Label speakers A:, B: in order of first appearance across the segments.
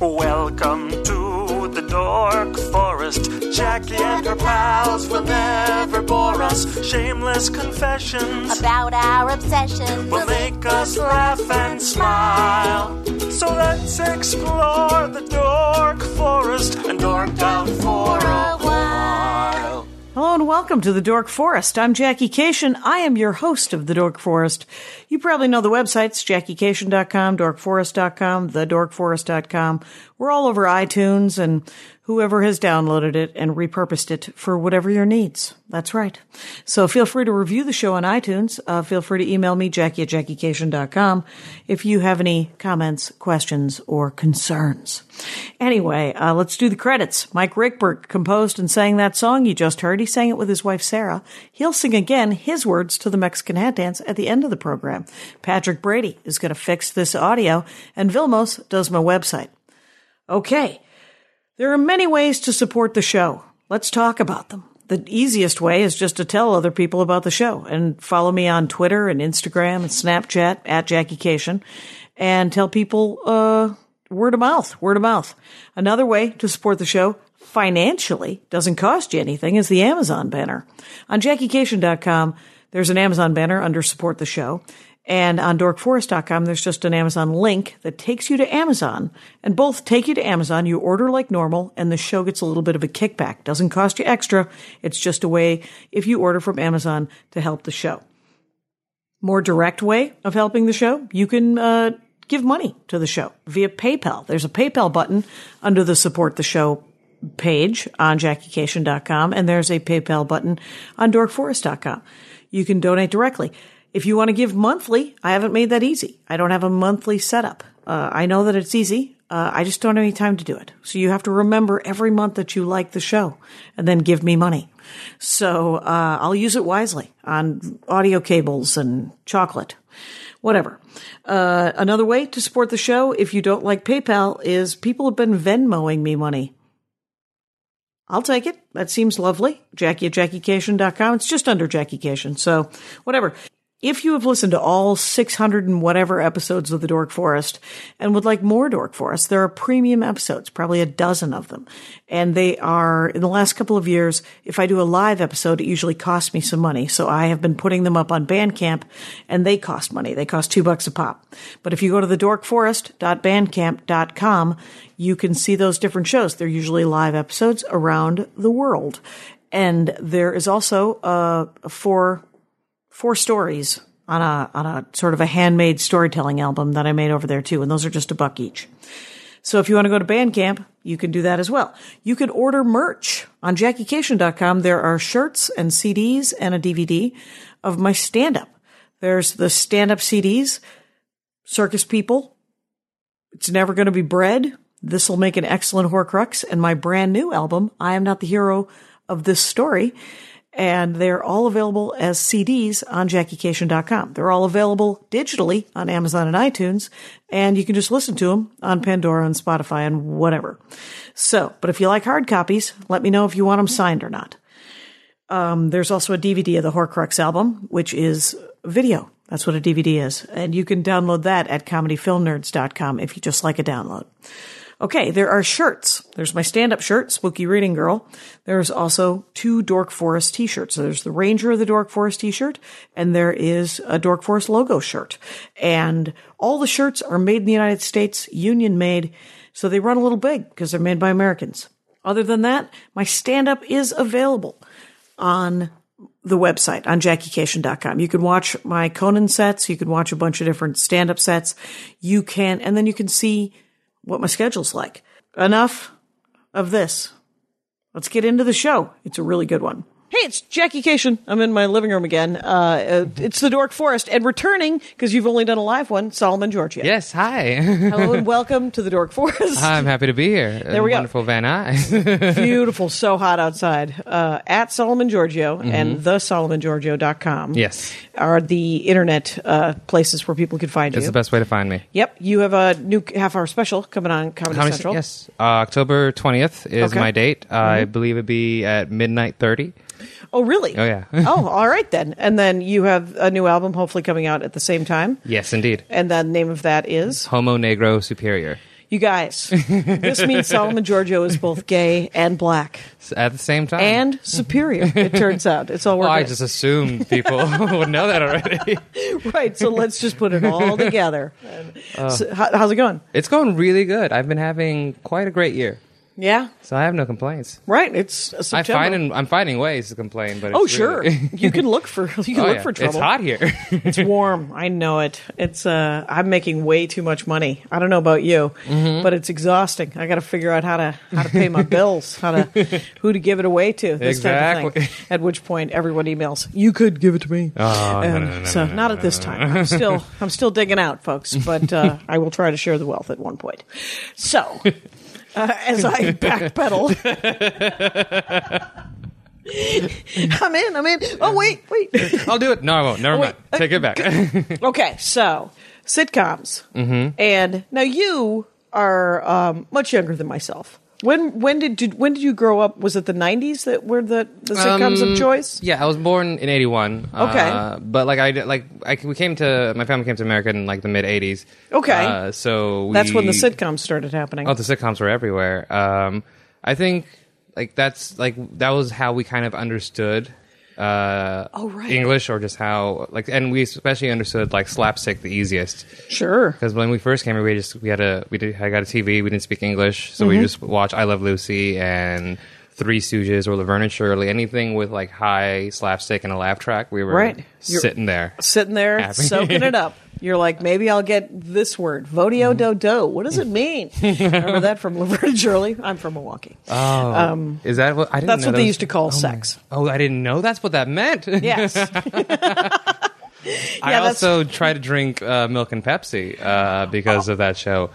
A: Welcome to the Dork Forest. Jackie and her pals will never bore us. Shameless confessions
B: about our obsession.
A: will make us laugh and smile. So let's explore the Dork Forest and dork out for a while.
C: Hello and welcome to the Dork Forest. I'm Jackie Cation. I am your host of the Dork Forest. You probably know the websites, jackiecation.com, dorkforest.com, thedorkforest.com. We're all over iTunes and whoever has downloaded it and repurposed it for whatever your needs. That's right. So feel free to review the show on iTunes. Uh, feel free to email me, jackie at jackiecation.com, if you have any comments, questions, or concerns. Anyway, uh, let's do the credits. Mike Rickberg composed and sang that song you just heard. He sang it with his wife, Sarah. He'll sing again his words to the Mexican hat dance at the end of the program. Patrick Brady is going to fix this audio, and Vilmos does my website. Okay. There are many ways to support the show. Let's talk about them. The easiest way is just to tell other people about the show and follow me on Twitter and Instagram and Snapchat at Jackie Cation and tell people, uh, word of mouth, word of mouth. Another way to support the show financially doesn't cost you anything is the Amazon banner. On JackieCation.com, there's an Amazon banner under support the show. And on dorkforest.com, there's just an Amazon link that takes you to Amazon. And both take you to Amazon. You order like normal, and the show gets a little bit of a kickback. Doesn't cost you extra. It's just a way, if you order from Amazon, to help the show more direct way of helping the show, you can uh, give money to the show via PayPal. There's a PayPal button under the support the show page on jackiecation.com, and there's a PayPal button on dorkforest.com. You can donate directly. If you want to give monthly, I haven't made that easy. I don't have a monthly setup. Uh, I know that it's easy. Uh, I just don't have any time to do it. So you have to remember every month that you like the show and then give me money. So uh, I'll use it wisely on audio cables and chocolate, whatever. Uh, another way to support the show, if you don't like PayPal, is people have been Venmoing me money. I'll take it. That seems lovely. Jackie at JackieCation.com. It's just under Jackie Cation. So whatever. If you have listened to all 600 and whatever episodes of The Dork Forest and would like more Dork Forest, there are premium episodes, probably a dozen of them. And they are, in the last couple of years, if I do a live episode, it usually costs me some money. So I have been putting them up on Bandcamp and they cost money. They cost two bucks a pop. But if you go to the dorkforest.bandcamp.com, you can see those different shows. They're usually live episodes around the world. And there is also, uh, for four stories on a on a sort of a handmade storytelling album that I made over there too, and those are just a buck each. So if you want to go to Bandcamp, you can do that as well. You can order merch on JackieCation.com. There are shirts and CDs and a DVD of my stand up. There's the stand up CDs, Circus People. It's never going to be bread. This will make an excellent Horcrux, and my brand new album, I Am Not the Hero of This Story and they're all available as CDs on JackieCation.com. They're all available digitally on Amazon and iTunes, and you can just listen to them on Pandora and Spotify and whatever. So, but if you like hard copies, let me know if you want them signed or not. Um, there's also a DVD of the Horcrux album, which is video. That's what a DVD is. And you can download that at comedyfilmnerds.com if you just like a download. Okay, there are shirts. There's my stand up shirt, Spooky Reading Girl. There's also two Dork Forest t shirts. There's the Ranger of the Dork Forest t shirt, and there is a Dork Forest logo shirt. And all the shirts are made in the United States, union made, so they run a little big because they're made by Americans. Other than that, my stand up is available on the website on jackiecation.com. You can watch my Conan sets. You can watch a bunch of different stand up sets. You can, and then you can see what my schedule's like. Enough of this. Let's get into the show. It's a really good one. Hey, it's Jackie Cation. I'm in my living room again. Uh, uh, it's the Dork Forest, and returning because you've only done a live one, Solomon Georgia.
D: Yes, hi.
C: Hello and welcome to the Dork Forest.
D: I'm happy to be here. There
C: we go.
D: Wonderful Van Nuys.
C: Beautiful, so hot outside. Uh, at Solomon Giorgio and theSolomonGiorgio.com
D: yes,
C: are the internet uh, places where people can find
D: that's
C: you.
D: the best way to find me.
C: Yep, you have a new half hour special coming on Comedy
D: Comedy
C: Central.
D: Cen- Yes, uh, October 20th is
C: Okay. Mm-hmm.
D: my date. I believe it'd be at midnight 30.
C: Oh, really?
D: Oh, yeah.
C: oh, all right then. And then you have a new album hopefully coming out at the same time.
D: Yes, indeed.
C: And the name of that is
D: Homo Negro Superior.
C: You guys, this means Solomon Giorgio is both gay and black
D: at the same time.
C: and superior. It turns out it's all
D: well,
C: working.
D: I just assumed people would know that already.
C: right. So let's just put it all together.
D: Uh.
C: So, how, how's it going?
D: It's going really good. I've been having quite a great year,
C: Yeah.
D: so I have no complaints.
C: Right. It's uh,
D: I
C: September.
D: find and I'm finding ways to complain, but it's
C: oh sure.
D: really-
C: you can look for you can
D: Oh,
C: look
D: yeah.
C: for trouble.
D: It's hot here.
C: It's warm. I know it. It's uh I'm making way too much money. I don't know about you,
D: Mm-hmm.
C: but it's exhausting. I got to figure out how to how to pay my bills, how to who to give it away to. This Type of
D: Exactly.
C: thing. At which point everyone emails, "You could give it to me."
D: Oh, no,
C: And
D: no, no, no,
C: Um, so
D: no,
C: not
D: no,
C: at this
D: no,
C: time. I'm still I'm still digging out, folks, but uh, I will try to share the wealth at one point. So, uh, as I backpedal I'm in. I'm in. Oh wait, wait.
D: I'll do it. No, I won't. Never
C: Oh, wait.
D: mind. Take it back.
C: Okay, so sitcoms, mm-hmm. and now you are um, much younger than myself. When when did, did when did you grow up? Was it the '90s that were the, the sitcoms
D: Um,
C: of choice?
D: yeah, I was born in '81.
C: Okay.
D: but like I like I, we came to my family came to America in like the mid '80s.
C: Okay.
D: uh, so we,
C: That's when the sitcoms started happening.
D: Oh, the sitcoms were everywhere. Um, I think like that's like that was how we kind of understood uh
C: Oh, right.
D: english or just how like and we especially understood like slapstick the easiest
C: sure.
D: because when we first came here we just we had a we did i got a tv we didn't speak english so we
C: Mm-hmm.
D: just watched i love lucy and three stooges or laverne and shirley anything with like high slapstick and a laugh track we were
C: Right. You're-
D: sitting there
C: Sitting there
D: Happy.
C: soaking it up. You're like, maybe I'll get this word,
D: Mm-hmm.
C: vodio do do. What does it mean? Remember that from Laverne and Shirley? I'm from Milwaukee.
D: Uh, Oh. is that what i didn't
C: Um, That's
D: know
C: what
D: that
C: they
D: was-
C: used to call sex.
D: oh i didn't know that's what that meant
C: Yes.
D: I
C: Yeah, that's-
D: also try to drink uh, milk and Pepsi uh, because of that show.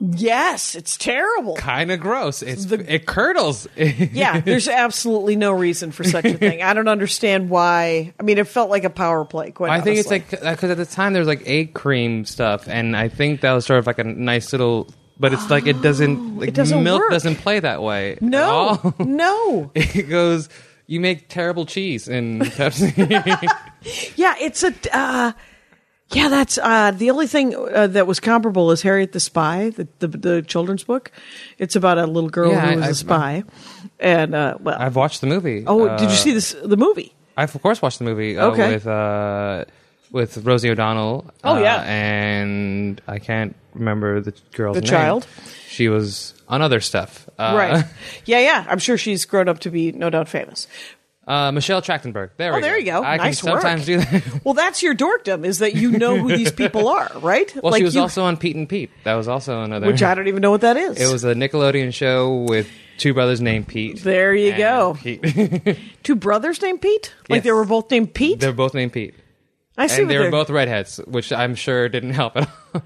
C: yes. It's terrible.
D: Kind of gross. It's it curdles.
C: yeah, there's absolutely no reason for such a thing. I don't understand why. I mean, it felt like a power play. Quite
D: I think it's
C: honestly.
D: like because at the time there was like egg cream stuff, and I think that was sort of like a nice little. But it's like it doesn't. Like,
C: doesn't
D: milk
C: work.
D: doesn't play that way. at
C: no,
D: all.
C: no.
D: it goes. You make terrible cheese in Pepsi.
C: Yeah, it's a. Uh, yeah, that's uh, the only thing uh, that was comparable is Harriet the Spy, the, the the children's book. It's about a little girl
D: Yeah, I-
C: who was a
D: I've-
C: spy, and uh, well,
D: I've watched the movie.
C: oh,
D: Uh,
C: did you see this the movie?
D: I've of course watched the movie uh,
C: Okay.
D: with uh, with Rosie O'Donnell.
C: Oh,
D: uh,
C: yeah.
D: and I can't remember the girl's
C: The
D: name.
C: child?
D: She was on other stuff. Uh,
C: right. Yeah, yeah. I'm sure she's grown up to be no doubt famous.
D: Uh, Michelle Trachtenberg. There
C: Oh,
D: we go.
C: there you go.
D: I
C: Nice
D: can sometimes
C: work.
D: do that.
C: Well, that's your dorkdom is that you know who these people are, right?
D: well, she was
C: you,
D: also on Pete and Pete. That was also another.
C: which I don't even know what that is.
D: it was a Nickelodeon show with two brothers named Pete.
C: There you
D: and
C: go.
D: Pete.
C: two brothers named Pete? Like
D: Yes.
C: they were both named Pete?
D: They're both named Pete.
C: I see.
D: and
C: what
D: they were
C: they're-
D: both redheads, which I'm sure didn't help at all.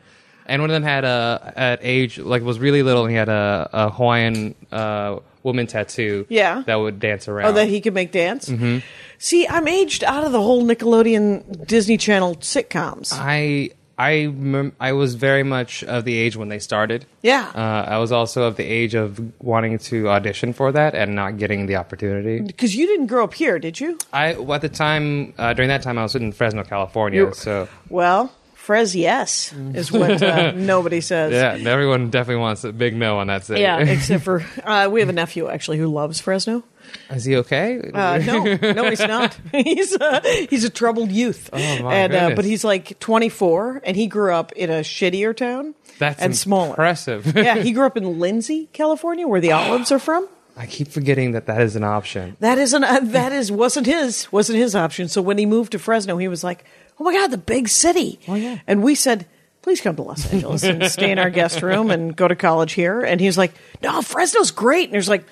D: And one of them had a at age like was really little, and he had a, a Hawaiian uh, woman tattoo.
C: Yeah.
D: that would dance around.
C: Oh, that he could make dance.
D: Mm-hmm.
C: See, I'm aged out of the whole Nickelodeon, Disney Channel sitcoms.
D: I I mem- I was very much of the age when they started.
C: Yeah.
D: uh, I was also of the age of wanting to audition for that and not getting the opportunity.
C: Because you didn't grow up here, did you?
D: I well, at the time uh, during that time I was in Fresno, California.
C: You-
D: so
C: Well, Frez, yes, is what uh, nobody says.
D: Mm. yeah, everyone definitely wants a big no on that. City.
C: Yeah, except for uh, we have a nephew actually who loves Fresno.
D: is he okay?
C: Uh, no, no, he's not. he's a, he's a troubled youth, oh,
D: my
C: and uh,
D: goodness.
C: but he's like 24, and he grew up in a shittier town
D: That's
C: and smaller.
D: impressive.
C: yeah, he grew up in Lindsay, California, where the olives are from.
D: I keep forgetting that that is an option.
C: That is an uh, that is wasn't his wasn't his option. So when he moved to Fresno, he was like, "Oh my god, the big city!" Oh
D: yeah.
C: And we said, "Please come to Los Angeles and stay in our guest room and go to college here." And he's like, "No, Fresno's great." And he's like,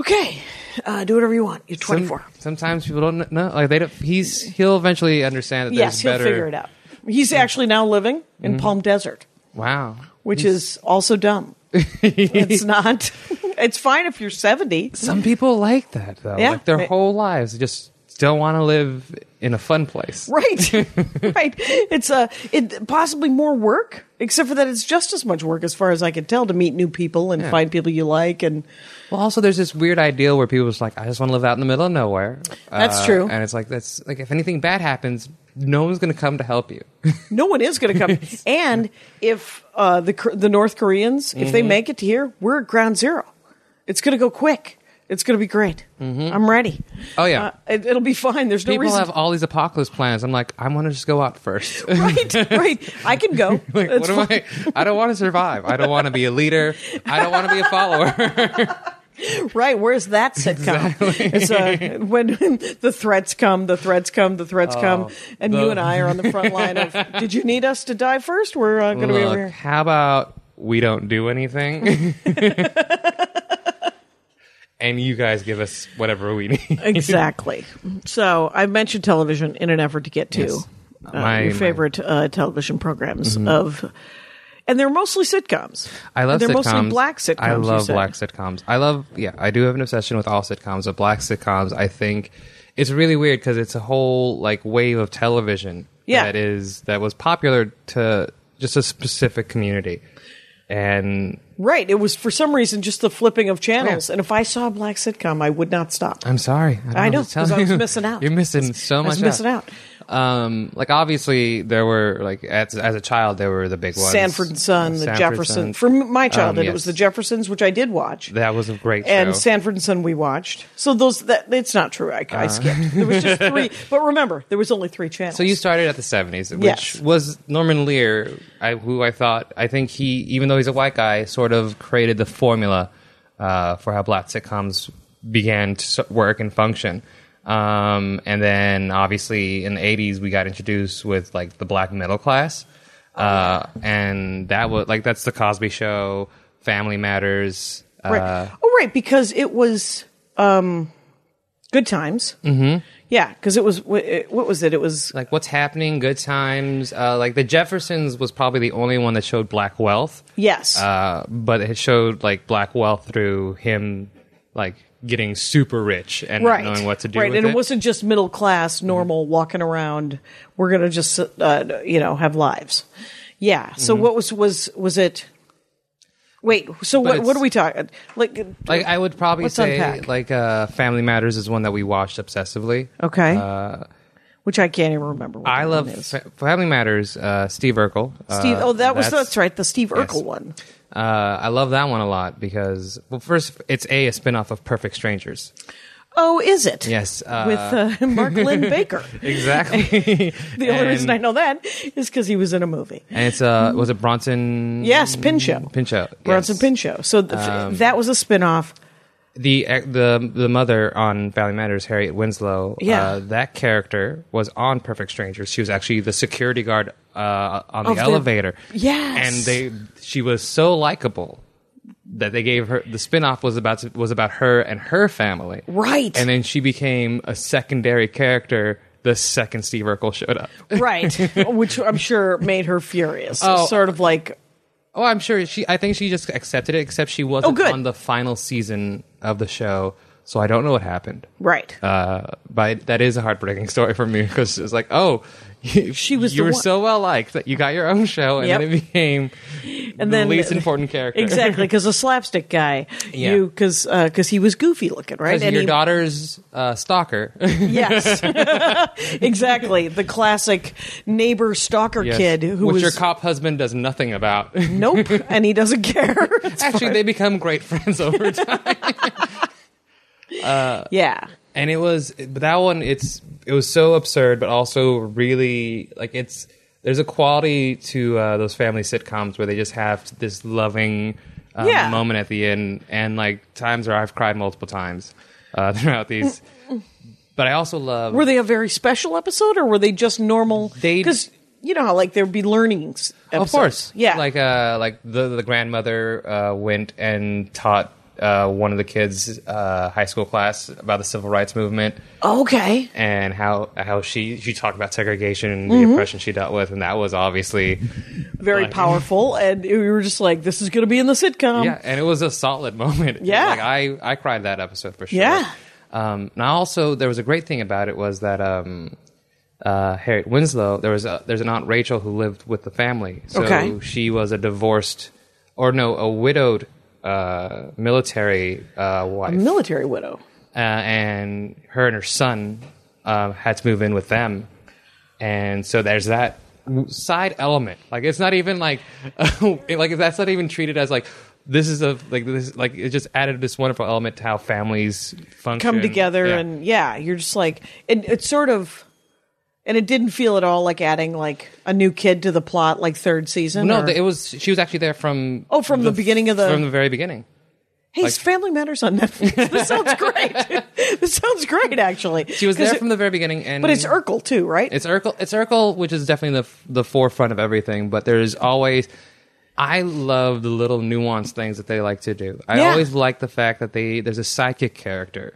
C: "Okay, uh, do whatever you want. You're 24."
D: sometimes people don't kn- know. Like they don't. He's he'll eventually understand that.
C: yes,
D: there's
C: he'll
D: better,
C: figure it out. He's actually now living in Palm Desert,
D: Wow.
C: which is also dumb. it's not. it's fine if you're 70.
D: Some people like that though.
C: Yeah.
D: Like their
C: They-
D: whole lives they just don't want to live in a fun place.
C: Right, right. It's uh, it possibly more work, except for that it's just as much work, as far as I can tell, to meet new people and
D: Yeah.
C: find people you like. And
D: Well, also there's this weird ideal where people just like, I just want to live out in the middle of nowhere. Uh,
C: That's true.
D: And it's like that's like if anything bad happens, no one's going to come to help you.
C: no one is going to come. and if uh, the Kor- the North Koreans, if
D: Mm-hmm.
C: they make it to here, we're at ground zero. It's going to go quick. It's going to be great. I'm ready.
D: Oh, yeah.
C: Uh, it, it'll be fine. There's no
D: people
C: reason.
D: have all these apocalypse plans. I'm like, I want to just go out first.
C: right, right. I can go.
D: Like,
C: It's
D: what am
C: fine.
D: I? I don't want to survive. I don't want to be a leader. I don't want to be a follower.
C: Right, where's that sitcom? It's uh, when, when the threats come, the threats come, the threats come, and you
D: Oh, the-
C: and I are on the front line of. Did you need us to die first? We're uh, going to be over
D: Look,
C: here.
D: how about we don't do anything? and you guys give us whatever we need.
C: Exactly. So I mentioned television in an effort to get to
D: Yes.
C: uh,
D: My-
C: your
D: my-
C: favorite uh, television programs of, and they're mostly sitcoms.
D: I love
C: They're
D: sitcoms.
C: mostly black sitcoms.
D: I
C: you
D: love
C: said.
D: black sitcoms. I love yeah. I do have an obsession with all sitcoms, but black sitcoms. I think it's really weird because it's a whole like wave of television
C: Yeah.
D: that is that was popular to just a specific community, and
C: Right. It was for some reason just the flipping of channels,
D: Oh, Yeah.
C: and if I saw a black sitcom, I would not stop.
D: I'm sorry. I, don't
C: I know,
D: what to tell
C: 'cause I was
D: you.
C: missing out.
D: You're missing so
C: I
D: much.
C: was missing out.
D: Um, like obviously there were like as, as a child there were the big ones.
C: Sanford and Son, the
D: Sanford
C: Jefferson.
D: Son.
C: For m- my childhood,
D: Um,
C: it was
D: yes.
C: the Jeffersons, which I did watch,
D: That was a great show.
C: and Sanford and Son we watched. So those that it's not true. I, I skipped. There was just three, but remember, there was only three channels.
D: Uh-huh. So you started at the seventies, which
C: Yes.
D: was Norman Lear, I, who I thought I think he, even though he's a white guy, sort of created the formula uh, for how black sitcoms began to s- work and function. Um, and then obviously in the eighties, we got introduced with like the black middle class, uh, and that was like that's the Cosby Show, Family Matters. Uh,
C: right? oh, right, because it was um, Good Times. Mm-hmm. Yeah, because it was wh- it- what was it? It was
D: like what's happening, good times. Uh, like the Jeffersons was probably the only one that showed black wealth.
C: yes,
D: uh, but it showed like black wealth through him like getting super rich and
C: right.
D: not knowing what to do
C: Right,
D: with
C: and
D: it. Mm-hmm.
C: it wasn't just middle class, normal walking around. We're gonna just uh, you know have lives. Yeah. So
D: Mm-hmm.
C: what was was was it? Wait. So what
D: it's-
C: what are we talking? Like
D: like I would probably
C: Let's
D: say
C: unpack.
D: like uh, Family Matters is one that we watched obsessively.
C: okay, which I can't even remember. What
D: uh, I
C: that
D: love
C: one is.
D: Fa- Family Matters. Uh, Steve Urkel.
C: Steve.
D: Uh,
C: oh, that was
D: that's-
C: that's right. The Steve Urkel
D: yes.
C: one.
D: Uh, I love that one a lot because well, first it's a a spinoff of Perfect Strangers.
C: Oh, is it?
D: Yes, uh,
C: With uh, Mark Lynn Baker.
D: Exactly.
C: The only reason I know that is because he was in a movie.
D: and it's uh was it Bronson?
C: Yes, Pinchot.
D: Pinchot. Mm-hmm. yes. Um,
C: Bronson Pinchot. So th- that was a spinoff.
D: the eh, the the mother on Family Matters, Harriet Winslow.
C: Yeah.
D: uh, that character was on Perfect Strangers. She was actually the security guard uh, on the
C: Of the-
D: elevator.
C: Yes.
D: and they she was so likable that they gave her the spinoff was about to, was about her and her family.
C: Right.
D: and then she became a secondary character. The second Steve Urkel showed up.
C: right. Which I'm sure made her furious.
D: Oh.
C: Sort of like,
D: Oh, I'm sure she. I think she just accepted it, except she wasn't
C: Oh, good.
D: on the final season of the show, so I don't know what happened.
C: right.
D: uh, but that is a heartbreaking story for me because it's like, oh, she
C: was
D: you
C: the
D: were
C: one-
D: so well liked that you got your own show, and then
C: Yep.
D: it became
C: and
D: the
C: then
D: least important character.
C: Exactly, because a slapstick guy,
D: Yeah.
C: you because because he was goofy looking, right?
D: As your
C: he,
D: daughter's uh, stalker,
C: yes, exactly. The classic neighbor stalker
D: Yes.
C: kid who
D: which
C: was
D: your cop husband does nothing about.
C: nope, and he doesn't care. It's
D: Actually,
C: fine.
D: they become great friends over time.
C: yeah,
D: and it was but that one it's it was so absurd but also really like it's there's a quality to uh, those family sitcoms where they just have this loving um,
C: Yeah.
D: moment at the end and like times where i've cried multiple times uh, throughout these but i also love
C: were they a very special episode or were they just normal?
D: They-
C: because you know how like there'd be learnings.
D: of
C: episodes.
D: course
C: yeah,
D: like uh like the the grandmother uh, went and taught uh, one of the kids uh, high school class about the civil rights movement
C: okay,
D: and how how she she talked about segregation and the
C: Mm-hmm.
D: oppression she dealt with, and that was obviously
C: very
D: like-
C: powerful, and we were just like, this is going to be in the sitcom.
D: yeah, and it was a solid moment.
C: Yeah.
D: like I I cried that episode for sure.
C: Yeah.
D: um, and I also there was a great thing about it was that um, uh, Harriet Winslow, there was a, there's an aunt Rachel who lived with the family. So
C: Okay.
D: she was a divorced, or no, a widowed uh, military uh, wife,
C: Military widow.
D: uh, and her and her son um, had to move in with them. And so there's that w- side element. Like it's not even like like that's not even treated as like. This is a like this like it just added this wonderful element to how families function
C: come together
D: Yeah.
C: and yeah you're just like it, it's sort of and it didn't feel at all like adding like a new kid to the plot like third season
D: No,
C: or-
D: it was. She was actually there from.
C: Oh, from the beginning of the-
D: From the very beginning.
C: hey
D: like-
C: family matters on netflix this sounds great this sounds great actually
D: She was
C: 'Cause
D: there
C: it-
D: from the very beginning, and
C: but it's urkel too right
D: It's Urkel. It's Urkel, which is definitely the the forefront of everything. But there's always. I love the little nuanced things that they like to do. I
C: Yeah.
D: always like the fact that they there's a sidekick character,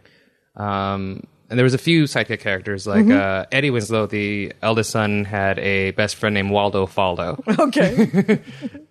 D: um, and there was a few sidekick characters
C: Mm-hmm.
D: like uh, Eddie Winslow, the eldest son, had a best friend named Waldo Faldo.
C: okay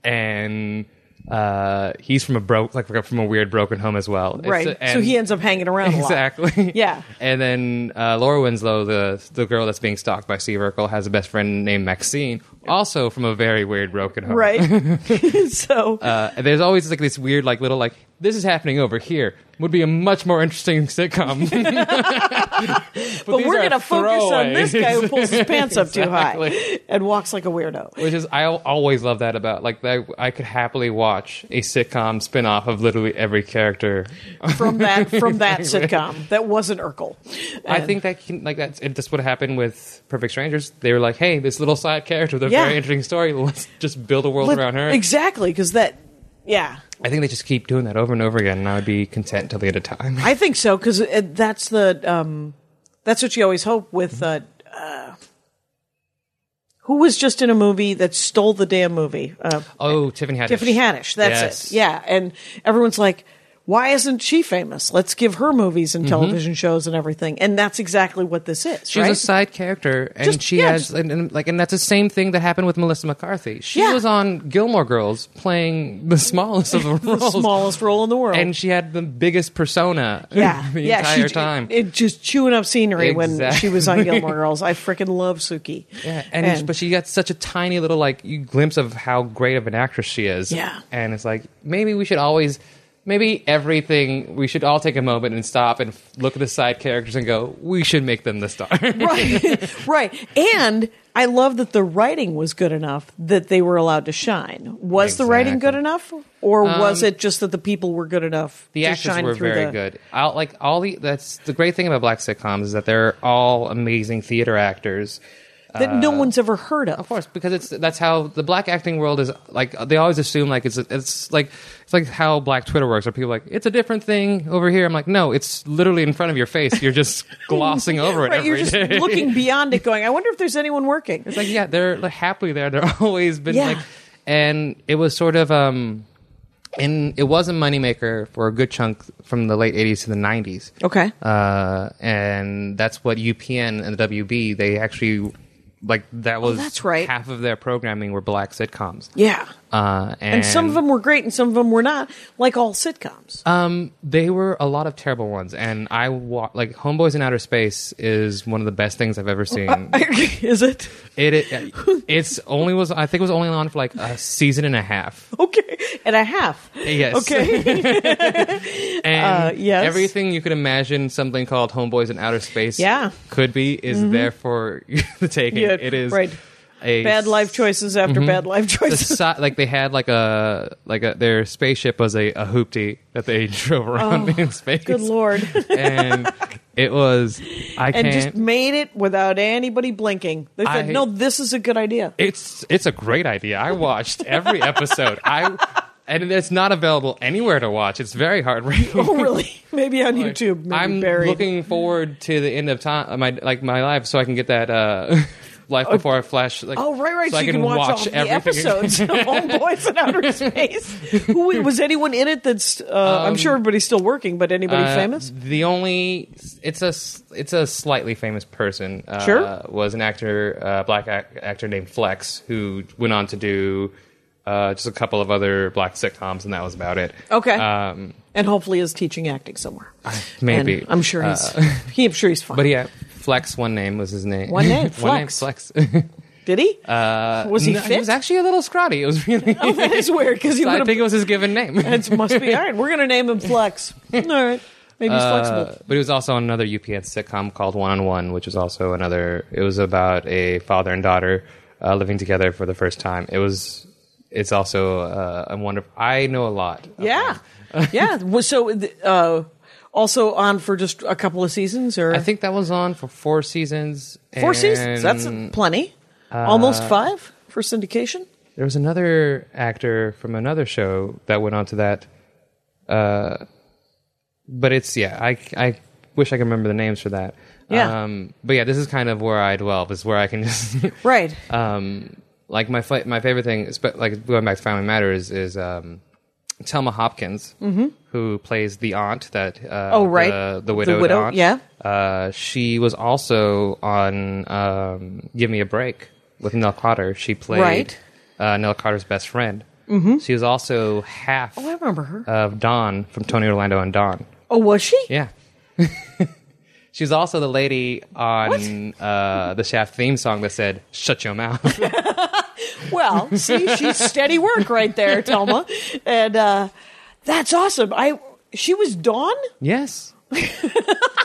D: and uh, he's from a broke like from a weird broken home as well. It's-
C: right so
D: and-
C: he ends up hanging around
D: exactly.
C: Yeah.
D: And then uh, Laura Winslow, the the girl that's being stalked by Steve Urkel, has a best friend named Maxine, also from a very weird broken
C: a
D: home.
C: lot right so
D: Uh, and there's always like this weird like little like this is happening over here would be a much more interesting sitcom. but
C: but
D: these
C: we're
D: are
C: gonna focus on this guy who
D: throwaways.
C: pulls his pants up too high
D: Exactly.
C: and walks like a weirdo
D: Which is I al- always love that about like that I could happily watch a sitcom spin off of literally every character.
C: from that from that sitcom that wasn't Urkel.
D: I
C: And-
D: think that can, like that's it, that's what happened with Perfect Strangers. They were like, hey, this little side character with a
C: Yeah.
D: very interesting story. Let's just build a world
C: But-
D: around her.
C: exactly because that yeah
D: I think they just keep doing that over and over again, and I would be content till the end of time.
C: I think so because that's the um, that's what you always hope with. Uh, uh, who was just in a movie that stole the damn movie? Uh,
D: Oh, Tiffany Haddish.
C: Tiffany Haddish. That's
D: Yes.
C: it. Yeah, and everyone's like, "Why isn't she famous? Let's give her movies and television shows and everything." And that's exactly what this is,
D: Mm-hmm. She's
C: right?
D: a side character, and
C: Just-
D: she
C: yeah,
D: has
C: just-
D: and, and, like, and that's the same thing that happened with Melissa McCarthy. She
C: Yeah.
D: was on Gilmore Girls playing the smallest of the roles,
C: the smallest role in the world,
D: and she had the biggest persona.
C: yeah,
D: the
C: yeah,
D: entire
C: she,
D: time.
C: It, it just chewing up scenery when
D: Exactly.
C: she was on Gilmore Girls. I freaking love Suki.
D: Yeah, and, but she got such a tiny little like you glimpse of how great of an actress she is.
C: Yeah.
D: and it's like maybe we should always, maybe everything we should all take a moment and stop and f- look at the side characters and go, we should make them the star.
C: right, right. And I love that the writing was good enough that they were allowed to shine. Was the writing
D: Exactly. Um,
C: good enough, or was it just that the people were good enough
D: the
C: to
D: actors
C: shine
D: were
C: through
D: very
C: the-
D: good. I like all the that's the great thing about black sitcoms is that they're all amazing theater actors.
C: that no one's ever heard of?
D: Uh, Of course, because it's that's how the black acting world is. Like they always assume, like it's it's like it's like how black Twitter works. Where people are like it's a different thing over here. I'm like, no, it's literally in front of your face. You're just glossing over it.
C: Right, you're
D: every
C: just
D: day.
C: looking beyond it, going, "I wonder if there's anyone working."
D: It's like yeah, they're like, happily there. They're always been
C: Yeah.
D: like, and it was sort of um, and it was a moneymaker for a good chunk from the late '80s to the '90s.
C: Okay,
D: Uh, and that's what UPN and the WB they actually like that was
C: Oh, that's right.
D: half of their programming were black sitcoms.
C: yeah,
D: Uh, and,
C: and some of them were great, and some of them were not, like all sitcoms.
D: um, they were a lot of terrible ones. And I wa- like Homeboys in Outer Space is one of the best things I've
C: Oh,
D: ever seen.
C: Is it
D: it, it it's only was I think it was only on for like a season and a half.
C: okay? And a half.
D: Yes.
C: Okay.
D: And
C: Uh, yes.
D: everything you could imagine something called Homeboys in Outer Space
C: Yeah. Mm-hmm.
D: could be is there for the taking.
C: Yeah,
D: it is
C: right.
D: a
C: bad life choices after bad life
D: Mm-hmm. the
C: choices.
D: si- like they had like a like a their spaceship was a, a hoopty that they drove around in space.
C: Oh, Good lord.
D: and it was I
C: and
D: can't.
C: just made it without anybody blinking. They said,
D: I-
C: "No, this is a good idea."
D: it's it's a great idea. I watched every episode. I and it's not available anywhere to watch. It's very hard. right now.
C: Oh, really? Maybe on
D: Like,
C: YouTube. Maybe
D: I'm
C: buried.
D: looking forward to the end of time, my like my life, so I can get that uh, life before I flash. Like,
C: Oh, right, right.
D: So, I
C: you
D: can,
C: watch,
D: watch,
C: all of the
D: everything.
C: episodes of Homeboys in Outer Space. Who was anyone in it? That's uh, I'm sure everybody's still working, but anybody
D: Um, Uh,
C: famous?
D: The only it's a s- it's a slightly famous person. Uh,
C: Sure.
D: was an actor, uh, black ac- actor named Flex, who went on to do uh, just a couple of other black sitcoms, and that was about it.
C: Okay.
D: um,
C: and hopefully is teaching acting somewhere.
D: maybe Uh,
C: And I'm sure he's. he, I'm sure he's fine.
D: But yeah, Flex One Name was his name.
C: One Name,
D: Flex.
C: Did he? Uh, was he
D: No,
C: fit?
D: he was actually a little scrawny. It was really.
C: oh, that is weird because he
D: I
C: would
D: think it was his given name.
C: It must be all right. We're gonna name him Flex. All right, maybe he's
D: Uh,
C: flexible.
D: but it was also on another UPN sitcom called One on One, which was also another. It was about a father and daughter uh, living together for the first time. It was. It's also uh, a wonderful. I know a lot.
C: Yeah, yeah. Well, So uh, also on for just a couple of seasons, or
D: I think that was on for four seasons.
C: four seasons. That's
D: and
C: plenty. Almost five for syndication.
D: there was another actor from another show that went on to that. Uh, but it's yeah. I I wish I could remember the names for that.
C: Yeah.
D: Um, but yeah, this is kind of where I dwell. This is where I can just
C: Right.
D: um, like my fa- my favorite thing, spe- like going back to Family Matters, is um, Telma Hopkins, who plays the aunt that uh,
C: Mm-hmm. Oh, right.
D: the,
C: The
D: the widowed
C: widow,
D: aunt.
C: yeah.
D: uh, she was also on um, Give Me a Break with Nell Cotter. She played
C: Right.
D: uh, Nell Cotter's best friend. Mm-hmm. She was also half
C: Oh, I remember her.
D: of Dawn from Tony Orlando and Dawn.
C: oh, was she?
D: Yeah. She's also the lady on uh, the Shaft theme song that said "Shut your mouth."
C: Well, see, she's steady work right there, Telma, and uh, that's awesome. I she was Dawn.
D: Yes.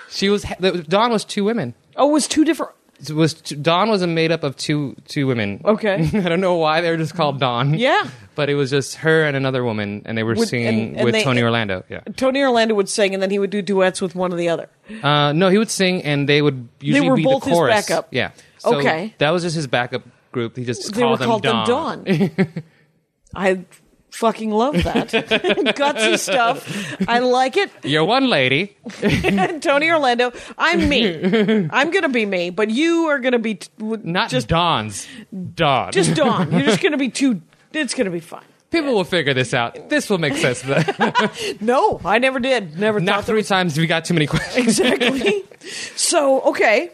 D: she was the- Dawn was two women.
C: Oh, it was two different.
D: It was Dawn was a made up of two two women.
C: Okay.
D: I don't know why they were just called Dawn.
C: Yeah.
D: But it was just her and another woman and they were
C: With-
D: singing
C: and- and
D: with
C: they-
D: Tony Orlando. Yeah.
C: Tony Orlando would sing, and then he would do duets with one or the other.
D: Uh, no, he would sing and they would usually
C: were
D: be
C: both
D: the
C: his
D: chorus.
C: backup.
D: Yeah. So
C: Okay.
D: That was just his backup group. He just
C: they were
D: called
C: called
D: them Dawn.
C: the Dawn. I fucking love that gutsy stuff. I like it.
D: You're one lady.
C: Tony Orlando, I'm me. I'm gonna be me, but you are gonna be t- w-
D: Not
C: just
D: just Dawn's. Dawn.
C: just Dawn. You're just gonna be too. It's gonna be fine.
D: People will figure this out. This will make sense.
C: No, I never did. Never
D: Not
C: thought that
D: three times we got too many questions.
C: exactly. so okay.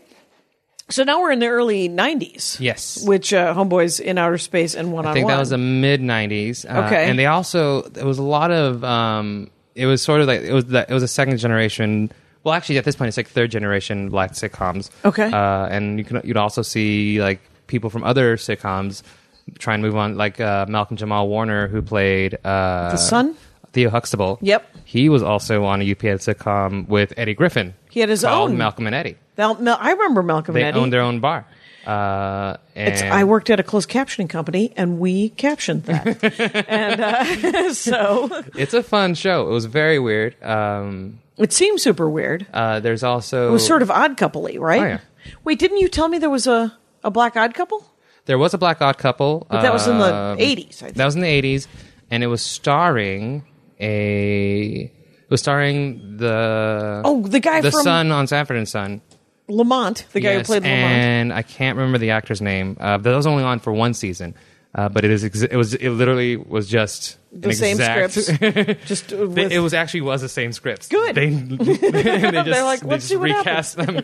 C: So now we're in the early '90s.
D: Yes.
C: which uh, Homeboys in Outer Space and One
D: I
C: on
D: think
C: One.
D: that was the mid '90s. Uh,
C: Okay.
D: and they also there was a lot of um, it was sort of like it was the, it was a second generation. Well, actually, at this point, it's like third generation black sitcoms.
C: Okay.
D: uh, and you can you'd also see like people from other sitcoms trying to move on, like uh, Malcolm Jamal Warner, who played uh,
C: The son?
D: Theo Huxtable.
C: Yep.
D: he was also on a UPN sitcom with Eddie Griffin.
C: He had his
D: called
C: own.
D: Malcolm and Eddie.
C: Mal- Mal- I remember Malcolm
D: They
C: and Eddie.
D: owned their own bar. Uh, and
C: It's, I worked at a closed captioning company, and we captioned that. and uh, so
D: it's a fun show. It was very weird. Um,
C: it seemed super weird.
D: Uh, there's also
C: It was sort of odd couple right?
D: Oh, yeah.
C: Wait, didn't you tell me there was a, a black odd couple?
D: there was a black odd couple,
C: But that was in the
D: um,
C: 80s, I think.
D: That was in the eighties, and it was starring a it was starring the
C: Oh, the guy
D: the
C: from-
D: son on Sanford and Son.
C: Lamont, the guy
D: Yes,
C: who played Lamont.
D: and I can't remember the actor's name. Uh, but that was only on for one season. Uh, but it is ex- it was it literally was just
C: The
D: an
C: same
D: exact,
C: scripts. Just uh, with,
D: it was actually was the same scripts.
C: Good.
D: They, they just,
C: They're like,
D: they
C: "Let's
D: just
C: see what
D: recast them.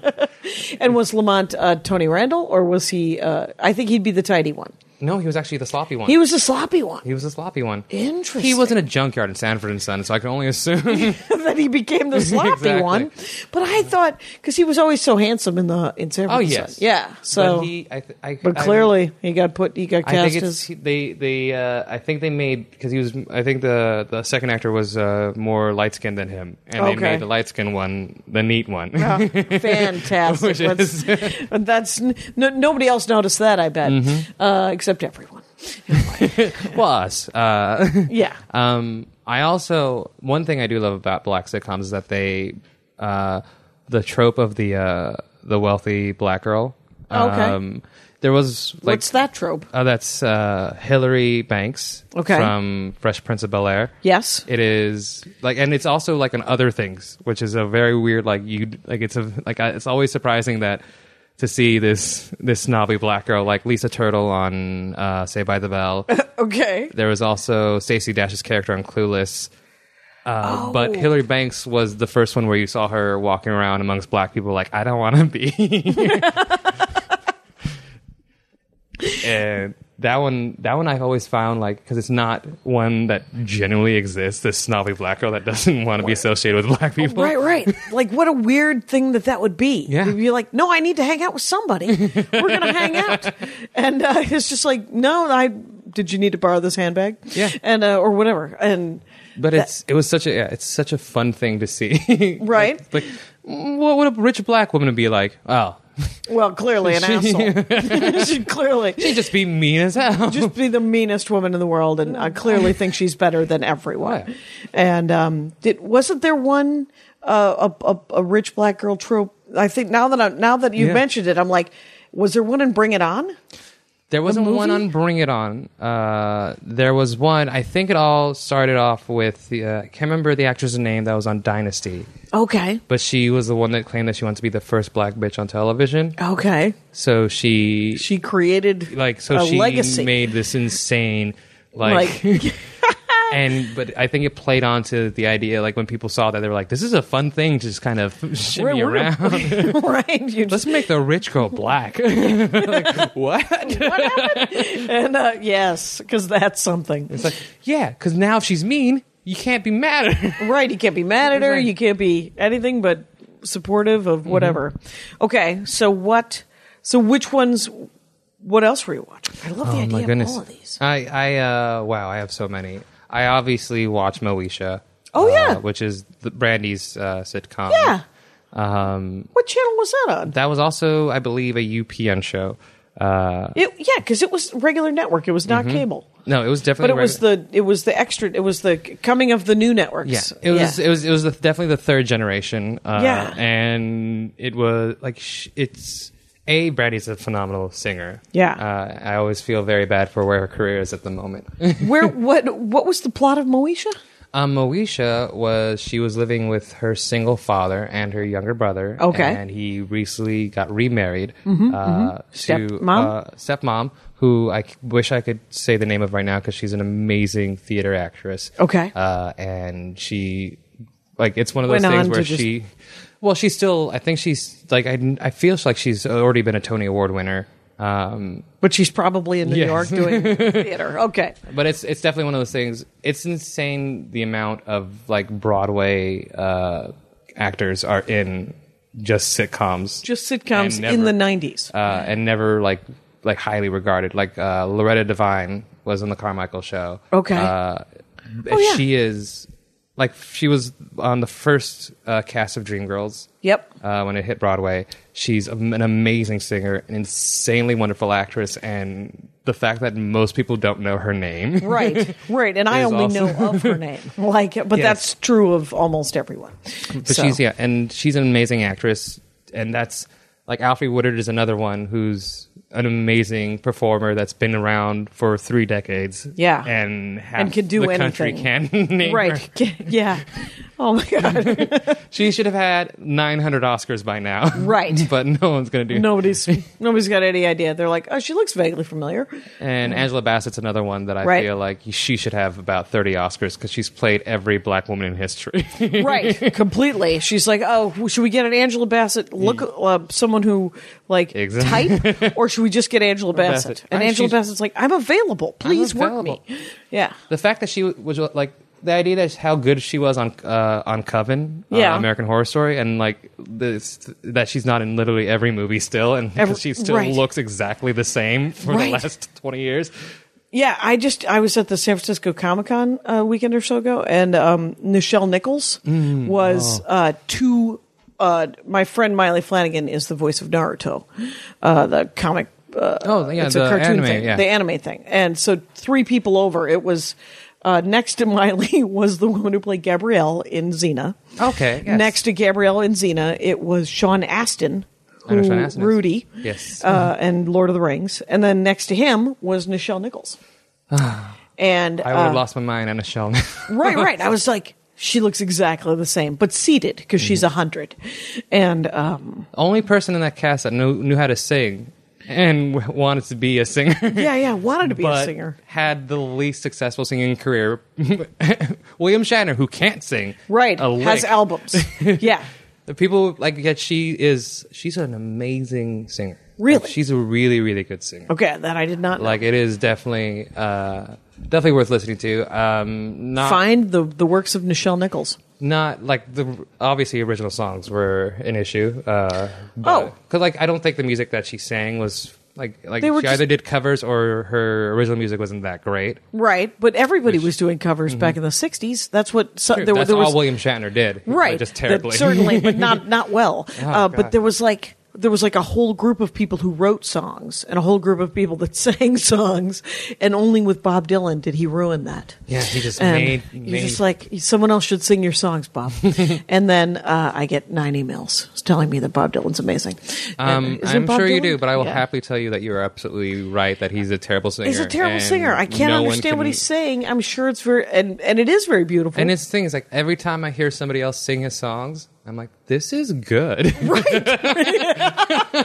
C: and was Lamont uh, Tony Randall, or was he? Uh, I think he'd be the tidy one.
D: No, he was actually the sloppy one.
C: He was the sloppy one.
D: He was a sloppy one.
C: Interesting.
D: He was in a junkyard in Sanford and Son, so I can only assume.
C: that he became the sloppy
D: Exactly.
C: one. But I thought because he was always so handsome in the in San
D: Oh,
C: Francisco.
D: yes.
C: yeah. So
D: but, he, I th- I,
C: But
D: I-
C: clearly, he got put. He got
D: I,
C: cast
D: think it's
C: as.
D: he- they. They. Uh, I think they made because he was. I think the the second actor was uh, more light skinned than him, and
C: Okay.
D: they made the light skinned one the neat one.
C: Fantastic.
D: Which is-
C: That's, that's n- no, nobody else noticed that. I bet, uh, except everyone.
D: Plus, uh,
C: Yeah.
D: um, I also one thing I do love about black sitcoms is that they uh, the trope of the uh, the wealthy black girl.
C: Okay.
D: Um, there was like
C: What's that trope?
D: Oh, that's uh, Hillary Banks.
C: Okay.
D: From Fresh Prince of Bel Air.
C: Yes.
D: It is like, and it's also like on other things, which is a very weird. Like you, like it's a like I, it's always surprising that to see this this snobby black girl like Lisa Turtle on uh, Say by the Bell.
C: Okay.
D: there was also Stacey Dash's character on Clueless. Uh, But Hillary Banks was the first one where you saw her walking around amongst black people, like I don't want to be. and that one that one I've always found like because it's not one that genuinely exists. This snobby black girl that doesn't want to be associated with black people.
C: Right, right. Like, what a weird thing that that would be.
D: Yeah.
C: You'd be like, no, I need to hang out with somebody. We're going to hang out. And uh, it's just like, no, I did you need to borrow this handbag?
D: Yeah.
C: And, uh, or whatever. And,
D: But it's it was such a yeah, it's such a fun thing to see.
C: Right.
D: Like, like, what would a rich black woman be like? Oh,
C: well, clearly an asshole. she clearly.
D: she'd just be mean as hell.
C: just be the meanest woman in the world, and I clearly think she's better than everyone.
D: Yeah.
C: And um, did, wasn't there one uh, a, a a rich black girl trope? I think now that I, now that you
D: Yeah.
C: mentioned it, I'm like, was there one in Bring It On?
D: There wasn't
C: movie?
D: one on Bring It On. Uh, there was one. I think it all started off with the, uh, I can't remember the actress's name that was on Dynasty,
C: Okay,
D: but she was the one that claimed that she wanted to be the first black bitch on television.
C: okay,
D: So she,
C: she created
D: like so
C: a
D: she
C: legacy.
D: made this insane like,
C: like, ah!
D: and but I think it played onto the idea like when people saw that they were like this is a fun thing to just kind of shimmy
C: we're gonna-
D: around.
C: right? You
D: Let's
C: just,
D: make the rich girl black. Like, what?
C: and uh, yes, because that's something,
D: It's like, yeah, because now if she's mean, you can't be mad at her.
C: right? You can't be mad at her.
D: Right. Mm-hmm.
C: You can't be anything but supportive of whatever. Okay, so what? So which ones? What else were you watching? I
D: Oh,
C: love the idea of all of these.
D: I, I, uh, wow, I have so many. I obviously watch Moesha.
C: Oh,
D: uh,
C: yeah.
D: which is the Brandy's uh, sitcom.
C: Yeah.
D: Um,
C: What channel was that on?
D: that was also, I believe, a UPN show. Uh,
C: It, yeah, because it was regular network. It was not cable,
D: no, it was
C: but
D: definitely.
C: it was
D: regu-
C: the it was the extra. It was the coming of the new networks.
D: Yeah, it was. It was. It was the, definitely the third generation. Uh,
C: Yeah.
D: and it was like sh- it's a Brandy's a phenomenal singer.
C: Yeah.
D: uh, I always feel very bad for where her career is at the moment.
C: Where what what was the plot of Moesha?
D: Um, Moesha was she was living with her single father and her younger brother.
C: Okay. Mm-hmm,
D: and he recently got remarried uh, to
C: Stepmom?
D: uh, stepmom, who I c- wish I could say the name of right now because she's an amazing theater actress.
C: Okay.
D: uh, and she like it's one of
C: Went
D: those
C: on
D: things
C: to
D: where
C: just-
D: she, well, she's still I think she's like I I feel like she's already been a Tony Award winner. Um,
C: But she's probably in New
D: Yes.
C: York doing theater. Okay,
D: but it's it's definitely one of those things. It's insane the amount of like Broadway uh, actors are in just sitcoms,
C: just sitcoms
D: And never-
C: in the nineties.
D: uh, and never like like highly regarded. Like uh, Loretta Devine was on the Carmichael Show.
C: Okay.
D: uh,
C: Oh, yeah.
D: she is like she was on the first uh, cast of Dreamgirls.
C: Yep.
D: Uh, when it hit Broadway, she's am- an amazing singer, an insanely wonderful actress, and the fact that most people don't know her name,
C: Right, right, and I
D: Is
C: only
D: awesome.
C: know of her name. Like, but
D: Yes.
C: that's true of almost everyone.
D: But
C: So-
D: she's yeah, and she's an amazing actress, and that's like Alfre Woodard is another one who's an amazing performer that's been around for three decades.
C: Yeah.
D: and half
C: And could do
D: the country
C: anything.
D: can name her.
C: right? Yeah. Oh my god.
D: She should have had 900 Oscars by now.
C: Right.
D: but no one's gonna do.
C: Nobody's nobody's got any idea. They're like, oh, she looks vaguely familiar.
D: And Angela Bassett's another one that I
C: Right.
D: feel like she should have about 30 Oscars because she's played every black woman in history.
C: right completely she's like oh should we get an angela bassett look uh, someone who like
D: Exactly.
C: type or should we just get angela bassett,
D: Bassett.
C: and
D: I-
C: angela
D: she's-
C: bassett's like i'm available please
D: available.
C: work me yeah
D: the fact that she was like the idea that how good she was on uh, on Coven, uh,
C: Yeah.
D: American Horror Story, and like this that she's not in literally every movie still, and
C: Every-
D: she still
C: right.
D: looks exactly the same for
C: Right.
D: the last twenty years.
C: yeah i just i was at the san francisco comic-con uh, weekend or so ago and um, nichelle nichols
D: Mm, oh.
C: was uh, two uh, my friend miley flanagan is the voice of naruto uh, the comic uh,
D: Oh, yeah,
C: it's
D: the
C: a cartoon
D: anime,
C: thing
D: yeah.
C: the anime thing and so three people over it was uh, next to miley was the woman who played gabrielle in xena
D: Okay, yes.
C: next to gabrielle in xena it was sean astin
D: I know
C: who-
D: Sean Astin is.
C: rudy
D: Yes.
C: uh, and lord of the rings and then next to him was nichelle nichols and
D: I would have
C: uh,
D: lost my mind on a shell.
C: right, right. I was like, she looks exactly the same, but seated because
D: Mm-hmm.
C: she's a hundred. And um,
D: Only person in that cast that knew, knew how to sing and w- wanted to be a singer.
C: yeah, yeah, wanted to be
D: but
C: a singer.
D: had the least successful singing career. William Shatner, who can't sing,
C: Right,
D: a
C: has
D: lick.
C: albums. yeah,
D: the people like yet she is she's an amazing singer.
C: Really?
D: Like, she's a really really good singer.
C: Okay, that I did not know.
D: Like it is definitely uh, definitely worth listening to. Um, not
C: find the the works of Nichelle Nichols.
D: not like the obviously original songs were an issue. Uh,
C: Oh.
D: because like I don't think the music that she sang was like like
C: They
D: she
C: were just-
D: either did covers or her original music wasn't that great.
C: Right, but everybody was doing covers back in the '60s. That's what so, there,
D: Mm-hmm. That's
C: there was.
D: all William Shatner did.
C: right,
D: just
C: that-
D: terribly. Oh,
C: certainly, but not not well. uh, but
D: God.
C: there was like there was like a whole group of people who wrote songs and a whole group of people that sang songs, and only with Bob Dylan did he ruin that.
D: Yeah, he just
C: and
D: made-
C: you're
D: made-
C: Um, just like someone else should sing your songs, Bob. and then uh, I get nine emails telling me that Bob Dylan's amazing. And-
D: Um,
C: isn't
D: I'm
C: Bob
D: sure you
C: Dylan-
D: do, but I will
C: Yeah.
D: happily tell you that you're absolutely right that he's a terrible singer.
C: He's a terrible
D: and
C: singer. I can't
D: no one
C: understand what
D: can-
C: he's saying. I'm sure it's very and and it is very beautiful.
D: And it's the thing is like every time I hear somebody else sing his songs, I'm like, this is good.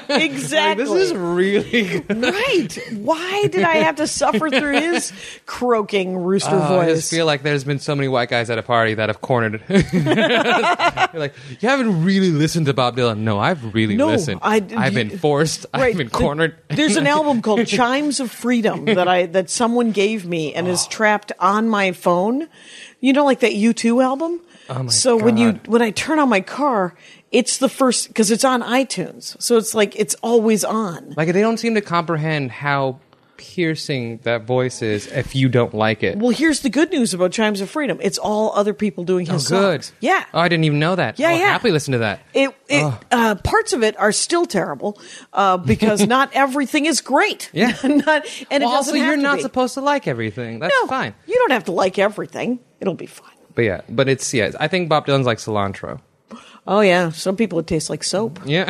C: exactly
D: this is really good.
C: right. Why did I have to suffer through his croaking rooster
D: Oh, I
C: voice?
D: just feel like there's been so many white guys at a party that have cornered. you're like, you haven't really listened to Bob Dylan. No, I've really
C: No,
D: listened.
C: I-
D: have been forced. I've been
C: the-
D: cornered.
C: There's an album called Chimes of Freedom that I that someone gave me and
D: Oh.
C: is trapped on my phone. You know, like that U2 album. Oh
D: my
C: so when you
D: God.
C: when I turn on my car, it's the first because it's on iTunes, so it's like it's always on.
D: like they don't seem to comprehend how piercing that voice is if you don't like it.
C: Well, here's the good news about Chimes of Freedom. It's all other people doing
D: Oh,
C: his
D: good.
C: songs. Yeah.
D: Oh, I didn't even know that.
C: Yeah,
D: I'll
C: yeah.
D: Happily listen to that.
C: it, it uh, parts of it are still terrible uh, because not everything is great.
D: Yeah.
C: not, and it
D: well, also,
C: doesn't have
D: you're
C: to
D: not
C: be.
D: supposed to like everything. That's
C: No,
D: fine.
C: You don't have to like everything. It'll be fine.
D: But yeah, but it's yeah. I think Bob Dylan's like cilantro.
C: Oh yeah, some people it tastes like soap.
D: Yeah,